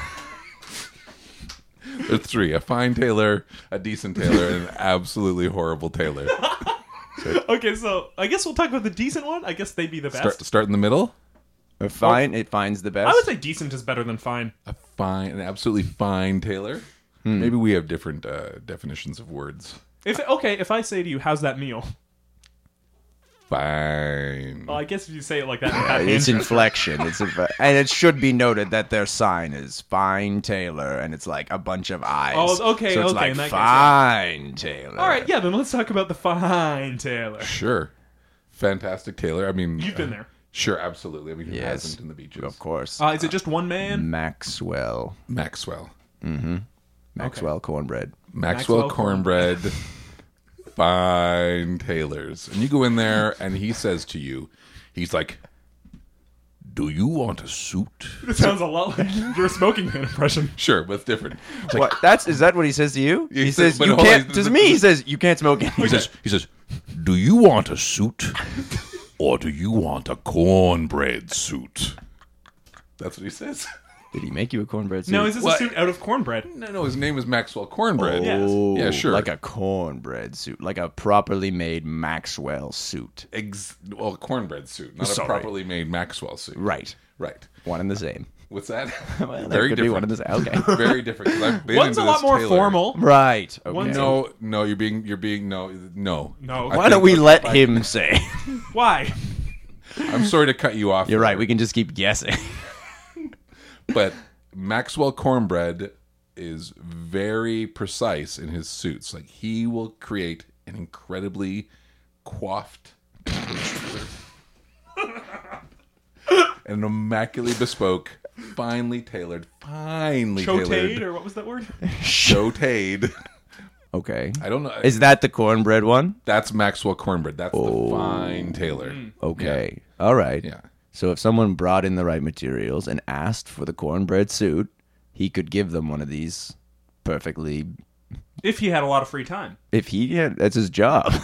A: good.
C: there's three: a fine tailor, a decent tailor, and an absolutely horrible tailor.
A: okay, so I guess we'll talk about the decent one. I guess they'd be the best.
C: Start, start in the middle.
B: tailor. Fine. It finds the best.
A: I would say decent is better than fine.
B: Uh,
C: A fine, an absolutely fine tailor.
A: Hmm.
C: Maybe we have different uh, definitions of words.
A: If okay, if I say to you, "How's that meal?"
C: Fine.
A: Well, I guess if you say it like that,
B: Uh,
A: that
B: it's
A: hand-
B: inflection. It's inf- and it should be noted that their sign is "Fine Taylor," and it's like a bunch of eyes.
A: Oh, okay,
B: so it's
A: okay,
B: Like,
A: in that case,
B: Fine Taylor.
A: all right. Yeah, then let's talk about the fine Taylor.
C: Sure. Fantastic tailor. I mean, uh,
A: You've been there.
C: Sure, absolutely. I mean, who
B: Yes.
C: hasn't in the beaches?
B: Of course,
A: Uh, is it just one man?
B: Maxwell.
C: Maxwell.
B: Maxwell cornbread.
C: Maxwell,
A: Maxwell
C: Cornbread, fine tailors. And you go in there and he says to you, he's like, Do you want a suit?
A: It sounds a lot like your smoking man impression.
C: Sure, but it's different. It's like-
B: What? That's is that what he says to you? He,
C: He says-
B: says
C: but
B: you
C: hold on,
B: can't.
C: he's-
B: To
C: the-
B: me, he says you can't smoke.
C: he,
B: Anything.
C: says, he says, Do you want a suit? Or do you want a cornbread suit? That's what he says.
B: Did he make you a cornbread? Suit?
A: No, is this
C: What?
A: a suit out of cornbread?
C: No, no, his name is Maxwell Cornbread.
A: Yeah.
B: Oh,
C: Yeah, sure.
B: Like a cornbread suit, like a properly made Maxwell suit.
C: Ex- well, a cornbread suit, not
B: Sorry.
C: a properly made Maxwell suit.
B: Right.
C: Right.
B: One and the same.
C: What's that?
B: Well, there could be one and the same. Okay.
C: Very different. 'cause I've been
A: One's a
C: into
A: lot
C: this
A: more
C: tailor.
A: formal.
B: Right. Okay.
A: One's a-
C: No, no, you're being, you're being, no, no,
A: No.
C: I
B: Why don't we
C: think-
B: let him say?
A: Why?
C: I'm sorry to cut you off.
B: You're right. We can just keep guessing.
C: but Maxwell Cornbread is very precise in his suits. Like he will create an incredibly coiffed, an immaculately bespoke, finely tailored, finely
A: Chotade
C: tailored,
A: or what was that word?
C: chotade.
B: okay.
C: I don't know.
B: Is that the cornbread one?
C: That's Maxwell Cornbread. That's the fine tailor.
A: Mm.
B: Okay. All right.
C: Yeah.
B: So if someone brought in the right materials and asked for the cornbread suit, he could give them one of these perfectly.
A: If he had a lot of free time.
B: If he had, that's his job.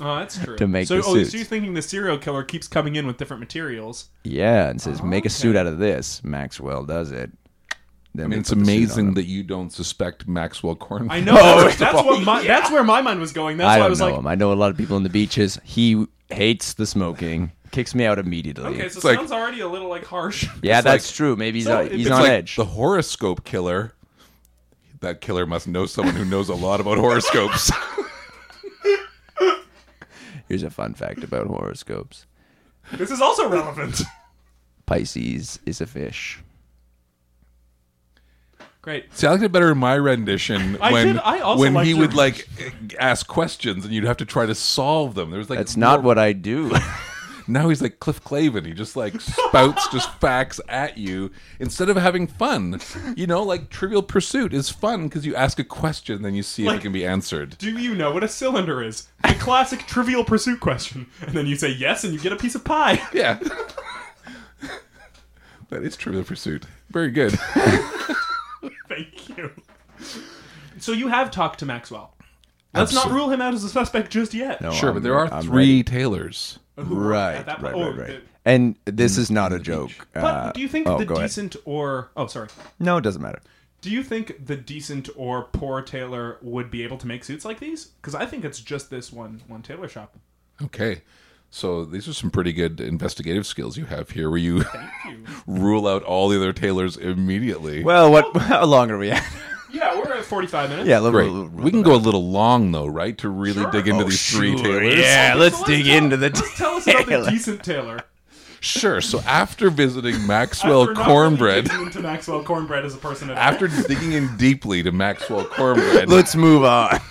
A: Oh, that's true.
B: To make
A: so,
B: the
A: oh,
B: suits.
A: so you're thinking the serial killer keeps coming in with different materials.
B: yeah, and says make a suit out of this. Maxwell does it. Then
C: I mean, it's
B: that.
C: amazing that you don't suspect Maxwell Cornbread.
A: I know that's, that's what my, that's where my mind was going. That's
B: Oh, I
A: why I
B: don't
A: was
B: know
A: like,
B: him. I know a lot of people on the beaches. He hates the smoking. Kicks me out immediately.
A: okay, so
C: like-
A: sounds already a little like harsh.
B: yeah,
C: it's
B: that's
C: like-
B: true. Maybe he's
A: So
B: on,
A: if
B: he's
A: it's
B: on
C: like
B: edge.
C: The horoscope killer. That killer must know someone who knows a lot about horoscopes.
B: Here's a fun fact about horoscopes.
A: This is also relevant.
B: Pisces is a fish.
A: Great.
C: See, I liked it better in my rendition
A: I
C: when
A: did- I also
C: when
A: liked
C: he
A: your
C: would like ask questions and you'd have to try to solve them. There was like
B: That's not
C: more-
B: what I do.
C: now he's like Cliff Clavin. He just like spouts just facts at you instead of having fun. You know, like Trivial Pursuit is fun because you ask a question then you see if
A: Like-
C: it can be answered.
A: Do you know what a cylinder is? The classic trivial pursuit question. And then you say yes, and you get a piece of pie.
C: Yeah. that is Trivial Pursuit. Very good.
A: Thank you. So you have talked to Maxwell. Let's
C: Absolute-
A: not rule him out as a suspect just yet.
B: No,
C: Sure,
B: I'm-
C: but there are
B: I'm
C: three tailors.
A: who were
B: Right,
A: at that
B: right,
A: point.
B: right,
A: Or
B: right.
A: the-
B: and this is not a joke.
A: but
B: Uh,
A: do you think
B: oh,
A: the
B: go ahead.
A: decent or oh sorry,
B: No, it doesn't matter.
A: do you think the decent or poor tailor would be able to make suits like these? Because I think it's just this one one tailor shop.
C: Okay. So these are some pretty good investigative skills you have here where you
A: Thank you.
C: rule out all the other tailors immediately.
B: Well, what?
A: Oh.
B: How long are we at?
A: Yeah, we're at forty five minutes.
B: yeah, let
C: Great.
B: me-
C: We can go a little long though, right? To really
A: Sure.
C: dig into
B: Oh,
C: these three
B: sure,
C: tailors.
B: Yeah,
A: Okay,
B: let's
A: so
B: dig
A: tell-
B: into the
A: let's tell us about the
B: tailor.
A: decent tailor.
C: Sure. So after visiting Maxwell
A: After not really
C: Cornbread,
A: digging into Maxwell Cornbread as a person. At all.
C: after digging in deeply to Maxwell Cornbread,
B: Let's move on.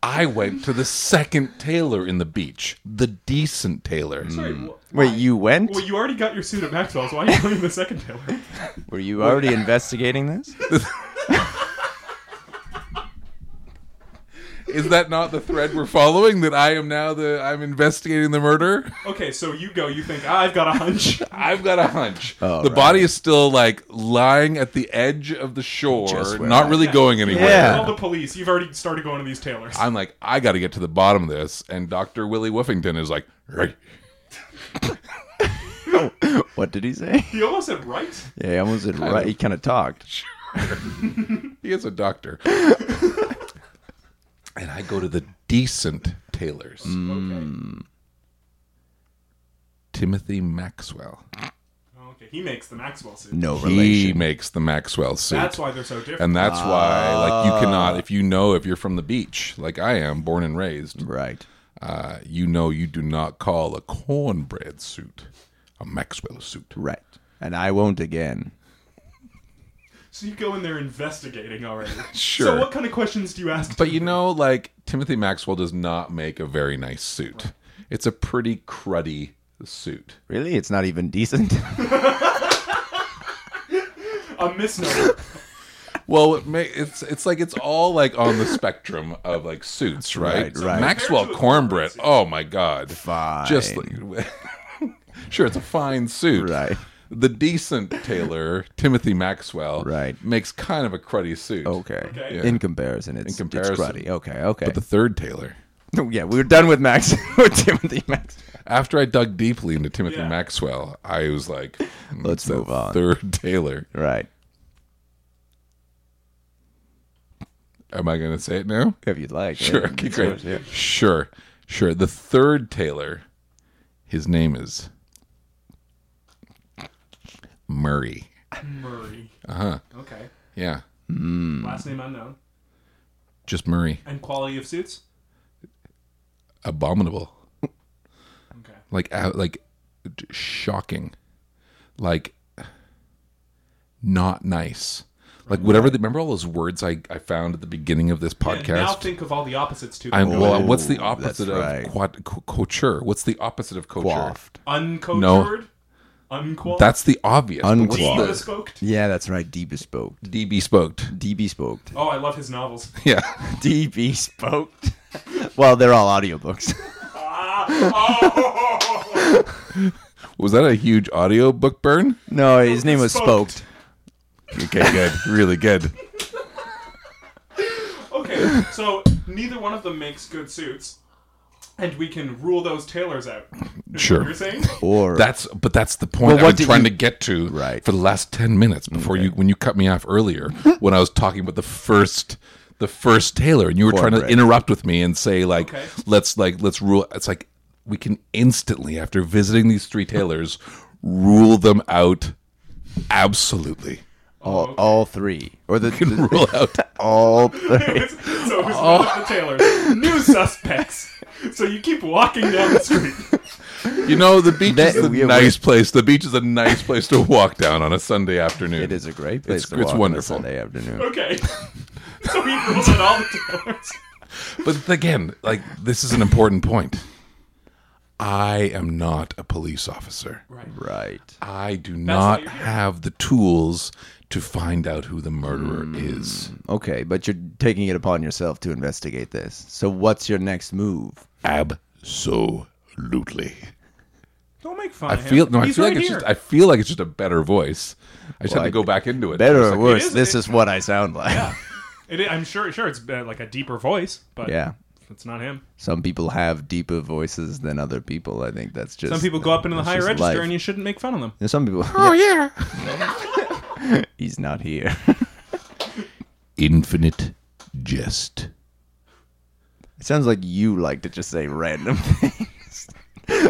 C: I went to the second tailor in the beach, the decent tailor.
A: Sorry, well,
B: Wait, you went?
A: well, you already got your suit at Maxwell's. Why are you going the second tailor?
B: Were you already investigating this?
C: Is that not the thread we're following? That I am now the I'm investigating the murder.
A: Okay, so you go. You think "Ah, I've got a hunch.
C: I've got a hunch.
B: Oh,
C: the
B: right.
C: body is still like lying at the edge of the shore,
B: Just where
C: not
B: I-
C: really going anywhere.
B: Yeah.
A: Call the police. You've already started going to these tailors.
C: I'm like, I got to get to the bottom of this. And Dr. Willie Woofington is like, right.
B: What did he say?
A: He almost said right.
B: Yeah, he almost did right. He kind of talked.
C: He is a doctor. and I go to the decent tailors.
B: Mm.
A: Okay.
C: Timothy Maxwell.
A: Okay. He makes the Maxwell suit.
B: No
C: He
B: relation.
C: makes the Maxwell suit.
A: That's why they're so different.
C: and that's why, like, you cannot, if you know, if you're from the beach, like I am, born and raised,
B: Right.
C: uh, you know you do not call a cornbread suit a Maxwell suit.
B: Right. And I won't again.
A: so you go in there investigating already.
C: Sure.
A: So what kind of questions do you ask?
C: But you know, like Timothy Maxwell does not make a very nice suit. It's a pretty cruddy suit.
B: Really? It's not even decent?
A: a misnomer.
C: Well, it may, it's it's like it's all like on the spectrum of like suits, right?
B: Right, right.
C: Maxwell
A: Compared to a
C: Cornbread.
A: cornbread
C: Oh my god.
B: Fine.
C: Just like, Sure, it's a fine suit.
B: Right.
C: The decent tailor, Timothy Maxwell,
B: Right.
C: makes kind of a cruddy suit.
B: Okay.
A: Okay.
C: Yeah.
B: In comparison, it's,
C: In
B: In
C: comparison.
B: it's cruddy. Okay, okay.
C: But the third tailor,
B: yeah, we were done with Max. with Timothy Max.
C: after I dug deeply into Timothy
A: Yeah.
C: Maxwell, I was like, mm,
B: Let's
C: it's that
B: move on.
C: Third tailor.
B: Right.
C: Am I going to say it now?
B: If you'd like.
C: Sure.
B: yeah.
C: Okay, great.
B: Yeah.
C: Sure. Sure. The third tailor, his name is Murray.
A: Murray.
C: Uh-huh.
A: Okay.
C: Yeah. Hmm.
A: Last name unknown.
C: Just Murray.
A: And quality of suits.
C: Abominable.
A: Okay.
C: Like out, like d- shocking. Like not nice. Like whatever the, remember all those words I, I found at the beginning of this
A: And now
C: podcast?
A: think of all the opposites to
C: I'm,
A: them.
C: well, what's the
B: Oh,
C: opposite
B: that's
C: of
B: right.
C: quad, co- couture? What's the opposite of couture?
B: Quaffed.
A: Uncultured. Unqualified.
C: That's the obvious. but what's
B: Unquaffed.
C: the-
A: Unbespoked.
B: Yeah, that's right. D bespoked.
C: DB spoked.
B: D bespoked.
A: Oh, I love his novels.
C: Yeah.
B: D bespoked. well, they're all audiobooks.
C: Was that a huge audio book burn?
B: no, his name was
A: Spoked.
B: Spoked.
C: Okay, good. really good.
A: Okay, so neither one of them makes good suits, and we can rule those tailors out. Is that
C: Sure.
A: what You're saying?
B: Or
C: That's but that's the point
B: Well, what
C: I've been
B: did
C: trying
B: you-
C: to get to
B: Right.
C: for the last 10 minutes before you when you cut me off earlier when I was talking about the first the first Taylor and you were trying to
B: Cornbread.
C: interrupt with me and say like
A: Okay.
C: let's like let's rule it's like we can instantly after visiting these three Taylors rule them out absolutely.
B: all, all three. Or the, the
C: Rule out
B: all three.
A: It's- so it was one of the tailors. New suspects. So you keep walking down the street.
C: You know, the beach
B: That-
C: is a
B: we-
C: nice place. The beach is a nice place to walk down on a Sunday afternoon.
B: It is a great place
C: It's-
B: to
C: it's
B: walk on a
C: wonderful.
B: Sunday afternoon.
A: Okay. So he rules out all the tailors.
C: But again, like this is an important point. I am not a police officer.
A: Right.
B: Right.
C: I do
A: what
C: not
A: you're doing.
C: have the tools to find out who the murderer
B: Mm.
C: is.
B: Okay, but you're taking it upon yourself to investigate this. So what's your next move?
C: Absolutely.
A: Don't make fun
C: I
A: of him.
C: feel no, I
A: He's
C: feel
A: right
C: like it's
A: here.
C: just I feel like it's just a better voice. I just
B: Well,
C: had to
B: I-
C: go back into it.
B: Better
C: It's
B: or
C: like,
B: worse,
A: is-
B: this
A: it-
B: is what I sound like.
A: It, I'm sure, sure, it's uh, like a deeper voice, but
B: Yeah.
A: It's not him.
B: Some people have deeper voices than other people. I think that's just
A: Some people go up into the
B: that's
A: higher
B: just
A: register,
B: life.
A: and you shouldn't make fun of them.
B: And some people.
C: Oh yeah.
B: He's not here.
C: Infinite jest.
B: It sounds like you like to just say random things.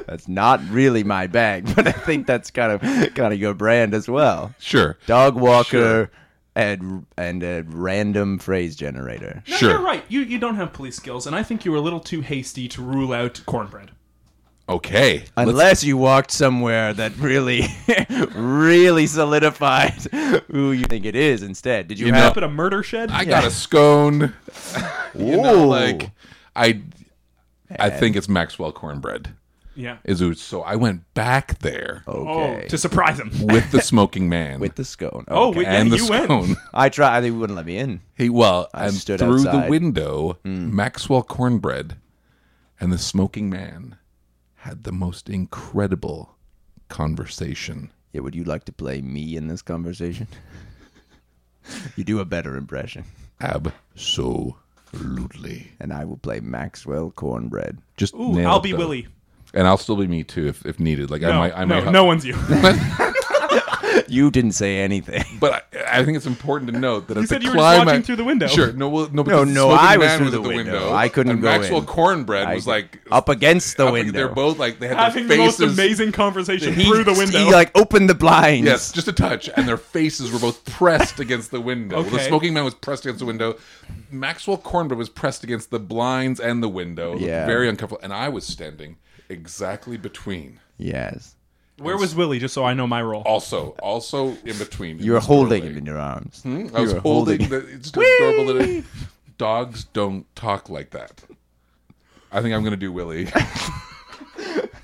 B: that's not really my bag, but I think that's kind of kind of your brand as well.
C: Sure.
B: Dog walker and and a random phrase generator.
A: No,
C: Sure.
A: you're right. You you don't have police skills, and I think you were a little too hasty to rule out cornbread.
C: Okay.
B: Unless you walked somewhere that really, really solidified who you think it is. Instead, did you,
C: You
B: have
A: Up at a murder shed.
C: I got a scone. you know,
B: Ooh.
C: like I, I think it's Maxwell cornbread.
A: yeah.
C: Is who, so I went back there
B: okay
A: Oh, to surprise him.
C: with the smoking man
B: with the scone?
A: Oh,
B: Okay.
A: wait, yeah,
C: and the
A: you
C: scone.
A: went.
B: I tried. They wouldn't let me in.
C: He well, and
B: stood
C: through the
B: outside.
C: window, Maxwell Cornbread and the smoking man had the most incredible conversation.
B: Yeah, would you like to play me in this conversation? you do a better impression,
C: Absolutely.
B: and I will play Maxwell Cornbread.
C: Just
A: Ooh,
C: nailed
A: I'll be
C: the-
A: Willie.
C: and I'll still be me too if, if needed. Like I
A: No,
C: might, I
A: no,
C: might,
A: no one's you.
B: You didn't say anything.
C: But I, I think it's important to note that you at
A: said
C: the
A: you were just
C: climax-
A: watching through the window.
C: Sure, no, well, no,
B: No,
C: because the
B: no,
C: smoking
B: I was
C: man
B: through
C: at
B: the window. I couldn't
C: and
B: go
C: Maxwell
B: in.
C: Cornbread
B: I-
C: was like
B: up against the
C: up-
B: window.
C: They're both like they had
A: Having
C: their
A: the
C: faces
A: most amazing conversation
C: He-
A: through the window.
B: He like opened the blinds.
C: Yes, just a touch, and their faces were both pressed against the window. The
A: Okay.
C: smoking man was pressed against the window. Maxwell Cornbread was pressed against the blinds and the window. It looked
B: Yeah.
C: very uncomfortable. And I was standing exactly between.
B: Yes.
A: Where was Willie? Just so I know my role.
C: Also, also in between.
B: You were
C: It was
B: holding
C: really-
B: him in your arms.
C: I was
B: were
C: holding,
B: Hmm? holding-
C: the. It's just adorable that it- dogs don't talk like that. I think I'm gonna do Willie.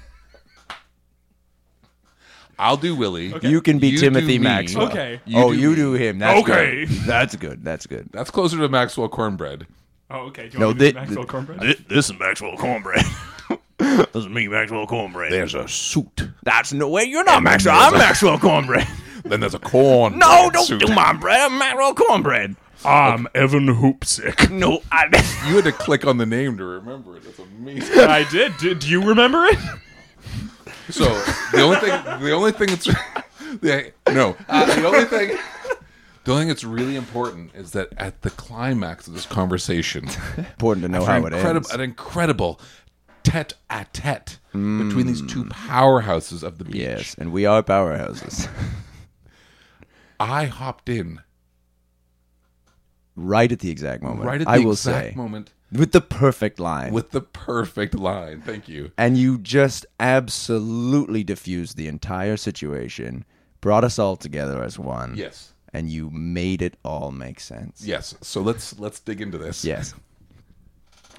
C: I'll do Willie.
B: You can be
C: You do
B: Timothy
C: me.
B: Maxwell.
A: Okay.
C: You
B: oh,
C: do
B: you
C: me.
B: do him. That's
A: Okay.
B: Good. That's good. That's good.
C: That's closer to Maxwell Cornbread.
A: Oh, okay. Do you
B: No,
A: want me to
B: thi-
A: do Maxwell
B: thi-
A: Cornbread?
D: This, this is Maxwell Cornbread. this is me, Maxwell Cornbread.
C: There's a suit.
B: That's no way. You're not Maxwell.
D: I'm
B: I'm
D: Maxwell Cornbread.
C: Then there's a corn.
D: No, don't do my bread. I'm Maxwell Cornbread.
A: I'm Evan Hoopsick.
D: No, I.
C: You had to click on the name to remember it. That's amazing.
A: I did. Do, do you remember it?
C: So the only thing, the only thing that's the, no, uh, the only thing, the only thing that's really important is that at the climax of this conversation,
B: important to know
C: an
B: how it
C: incredible,
B: ends.
C: an incredible tete-a-tete between these two powerhouses of the beach.
B: Mm. Yes, and we are powerhouses.
C: I hopped in
B: right at the exact moment.
C: right at the
B: Oh I will
C: exact
B: say
C: moment
B: with the perfect line.
C: with the perfect line. Thank you.
B: and you just absolutely diffused the entire situation, brought us all together as one.
C: Yes,
B: And you made it all make sense.
C: yes. So let's let's dig into this.
B: Yes.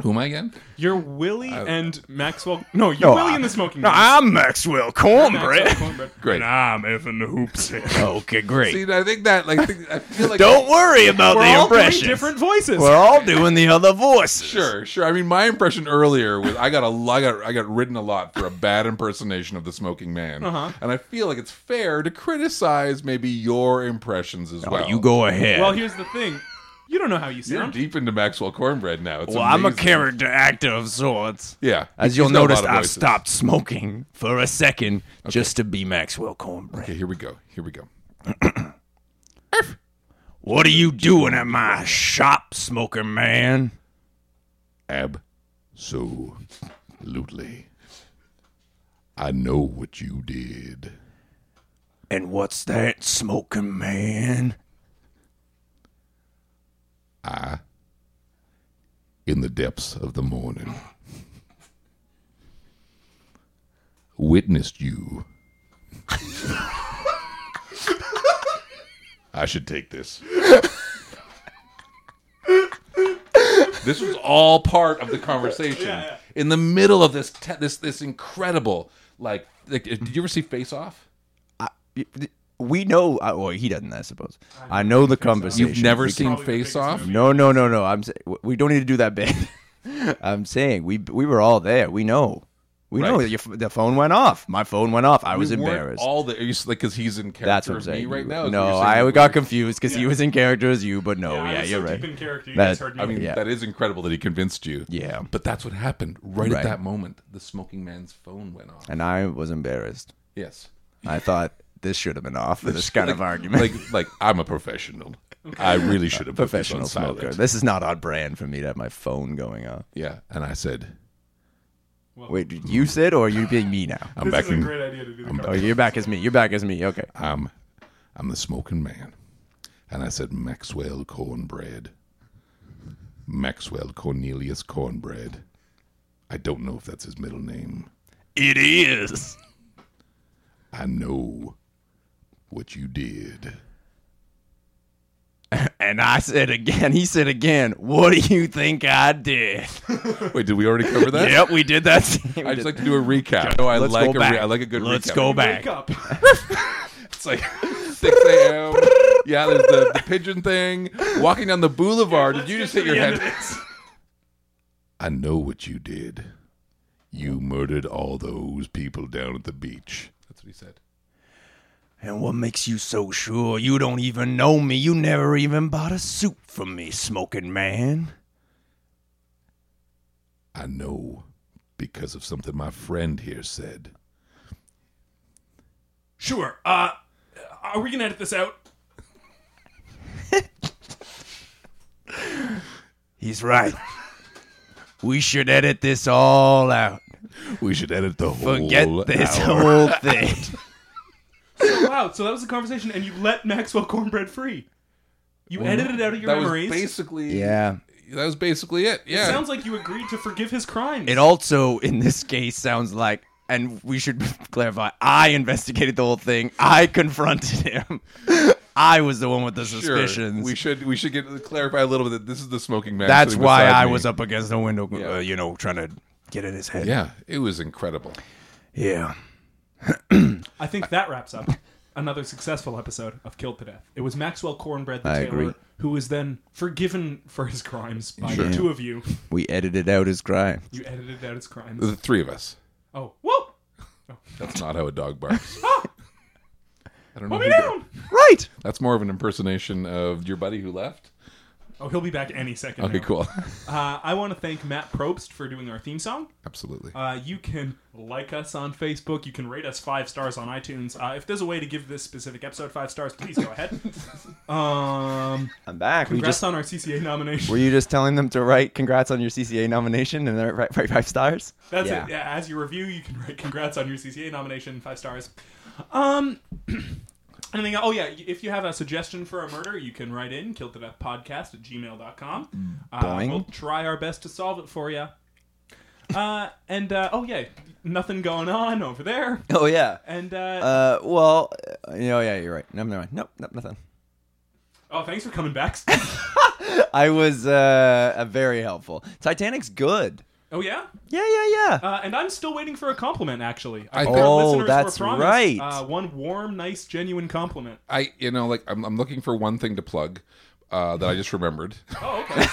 C: Who am I again?
A: You're Willie and Maxwell. No, you're
B: No,
A: Willie
B: Oh, I-
A: and the smoking.
D: No,
A: man.
D: I'm Maxwell
A: Maxwell
D: Cornbread.
A: Cornbread.
C: Great.
D: I'm Evan Hoopsick. okay, great.
C: See, I think that like I, think, I feel like
D: don't worry about
A: We're
D: the
A: all doing
D: impression.
A: different voices.
D: We're all doing the other voices.
C: Sure, sure. I mean, my impression earlier was I got a I got I got ridden a lot for a bad impersonation of the smoking man, and I feel like it's fair to criticize maybe your impressions
B: Oh,
C: as well.
D: You go ahead.
A: well, here's the thing. You don't know how you
C: You're
A: sound.
C: deep into Maxwell Cornbread now. It's
D: well, I'm a
C: amazing.
D: character actor of sorts.
C: Yeah,
B: As
C: He's
B: you'll
C: got a lot
D: Notice
C: of
D: I've
C: voices.
D: stopped smoking for a second just to be Maxwell Cornbread.
C: Okay, here we go. Here we go.
D: What are you doing at my shop, smoker man?
C: Absolutely. I know what you did.
D: And what's that, smoker man?
C: I, in the depths of the morning, witnessed you. I should take this. this was all part of the conversation. In the middle of this, te- this, this incredible, like, like, did you ever see Face Off?
B: We know, uh, well, he doesn't, I suppose. I know the conversation.
C: You've never
B: We can-
C: seen
A: Probably the biggest
C: Face Off?
A: movie.
B: No, no, no, no. I'm sa- we don't need to do that bit. I'm saying we we were all there. We know. We
C: Right.
B: know that your, f- the phone went off. My phone went off. I was
C: We weren't
B: embarrassed.
C: All the because like, 'cause he's in character
B: That's what I'm
C: of me
B: saying.
C: right now. is what
B: no,
C: you're saying.
B: I got confused because he
A: Yeah.
B: was in character as you, but no, yeah,
A: I was
B: you're
A: so
B: right.
A: Deep in character, you
B: That-
A: guys heard me.
C: I mean,
B: Yeah.
C: that is incredible that he convinced you.
B: Yeah.
C: But that's what happened right, at
B: Right.
C: that moment. The smoking man's phone went off.
B: And I was embarrassed.
C: Yes.
B: I thought this should have been off for this kind
C: Like-
B: of argument.
C: Like, like I'm a professional. I really should have
B: Professional
C: put this on
B: smoker.
C: silent.
B: This is not on brand for me to have my phone going off.
C: Yeah. And I said,
B: Wait, did you said or are you being me now?
A: this
C: I'm back
A: is a
C: in.
A: great idea to do. The
B: Oh,
A: cover.
B: you're back as me. You're back as me. Okay.
C: I'm, I'm the smoking man. And I said, Maxwell Cornbread. Maxwell Cornelius Cornbread. I don't know if that's his middle name.
D: It is.
C: I know what you did.
B: And I said again, he said again, what do you think I did?
C: Wait, did we already cover that?
B: yep, we did that. scene.
C: I just like to do a recap. No, I
B: Let's
C: like
B: go
C: a
B: back.
C: re- I like a good
B: Let's
C: recap.
B: go back.
A: Wake up.
C: It's like 6 a.m. Yeah, there's the, the pigeon thing. Walking down the boulevard. Did you just hit your
A: End of
C: head?
A: this.
C: I know what you did. You murdered all those people down at the beach. That's what he said.
D: And what makes you so sure you don't even know me? You never even bought a suit from me, smoking man.
C: I know because of something my friend here said.
A: Sure. Uh, are we gonna edit this out?
D: He's right. we should edit this all out.
C: We should edit the whole
D: Forget this
C: hour.
D: whole thing.
A: Oh, wow. So that was the conversation, and you let Maxwell Cornbread free. You edited it out of your
C: That was
A: memories.
C: basically
B: Yeah.
C: That was basically it. Yeah.
A: Sounds like you agreed to forgive his crimes.
B: It also, in this case, sounds like, and we should clarify, I investigated the whole thing. I confronted him. I was the one with the
C: Sure.
B: suspicions.
C: We should we should get clarify a little bit that this is the smoking man.
B: That's
C: sitting
B: why
C: beside
B: I
C: me.
B: was up against the window,
C: Yeah.
B: uh, you know, trying to get in his head.
C: Yeah, it was incredible.
B: yeah.
A: I think that wraps up another successful episode of Killed to Death. It was Maxwell Cornbread the
B: I
A: Taylor,
B: agree.
A: who was then forgiven for his crimes by the two of you.
B: We edited out his crime.
A: You edited out his crimes.
C: The three of us.
A: Oh, whoop!
C: That's not how a dog barks. I don't know.
A: Put
C: who
A: me
C: did-
A: down!
B: Right.
C: That's more of an impersonation of your buddy who left.
A: Oh, he'll be back any second.
C: Okay,
A: now.
C: cool.
A: Uh, I want to thank Matt Probst for doing our theme song.
C: Absolutely.
A: Uh, you can like us on Facebook. You can rate us five stars on iTunes. Uh, if there's a way to give this specific episode five stars, please go ahead. Um,
B: I'm back. We
A: congrats
B: just,
A: on our CCA nomination.
B: were you just telling them to write congrats on your CCA nomination and then write, write five stars?
A: That's
B: Yeah.
A: it. Yeah, as you review, you can write congrats on your CCA nomination, five stars. Um, anything? Oh yeah, if you have a suggestion for a murder, you can write in killed to death podcast at gmail.com. Uh,
B: Boing.
A: we'll try our best to solve it for you. Uh, and uh, oh yeah, nothing going on over there.
B: Oh, yeah.
A: And uh,
B: Uh, well, uh, you know, yeah, you're right. No, never mind. Nope, nope, nothing.
A: oh, thanks for coming back.
B: I was uh, uh, very helpful. Titanic's good.
A: oh yeah,
B: Yeah, yeah, yeah.
A: uh, and I'm still waiting for a compliment. Actually,
C: I
A: think
C: think-
A: our
B: Oh,
A: listeners were
B: that's
A: promised,
B: right.
A: Uh, one warm, nice, genuine compliment.
C: I you know like I'm, I'm looking for one thing to plug uh, that I just remembered.
A: Oh okay.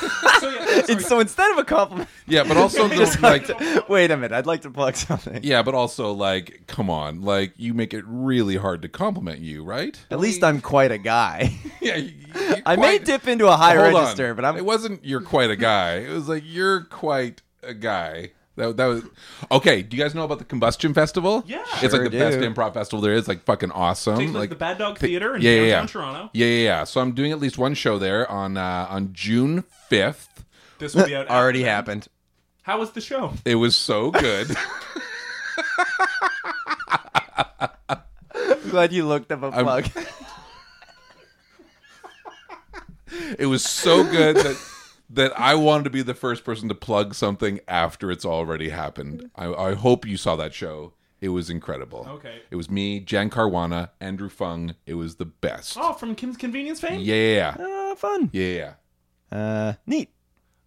A: so yeah, sorry.
B: so instead of a compliment,
C: yeah, but also
B: I
C: the,
B: just
C: like
B: like to- wait a minute. I'd like to plug something.
C: yeah, but also like come on, like you make it really hard to compliment you, right?
B: At least I'm quite a guy.
C: Yeah, you- you
B: I may
C: quite-
B: dip into a high
C: Hold on.
B: register, but I'm
C: It wasn't you're quite a guy. It was like you're quite a guy. That, that was okay. Do you guys know about the Combustion Festival?
A: Yeah.
C: it's like
B: Sure
C: the best
B: do.
C: improv festival there is. Like fucking awesome.
A: Takes place at
C: like
A: the Bad Dog Theater in
C: yeah, yeah,
A: downtown
C: yeah.
A: Toronto.
C: yeah, yeah, yeah. So I'm doing at least one show there on uh, on June 5th.
A: This will be out.
B: already happened.
A: How was the show?
C: It was so good.
B: Glad you looked up a plug.
C: it was so good that that I wanted to be the first person to plug something after it's already happened. I, I hope you saw that show. It was incredible.
A: Okay.
C: It was me, Jan Carwana, Andrew Fung. It was the best.
A: Oh, from Kim's Convenience fame.
C: Yeah.
B: Uh, fun.
C: Yeah, yeah.
B: Uh, neat.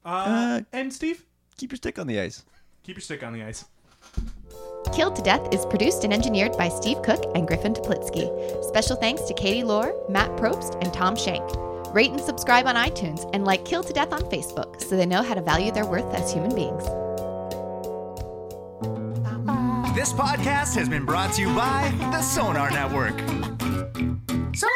A: Uh,
B: Uh,
A: and Steve,
B: Keep your stick on the ice.
A: keep your stick on the ice.
E: Killed to Death is produced and engineered by Steve Cook and Griffin Toplitsky. Special thanks to Katie Lohr, Matt Probst, and Tom Shank. Rate and subscribe on iTunes and like Killed to Death on Facebook so they know how to value their worth as human beings. Bye.
F: This podcast has been brought to you by the Sonar Network.
G: Sonar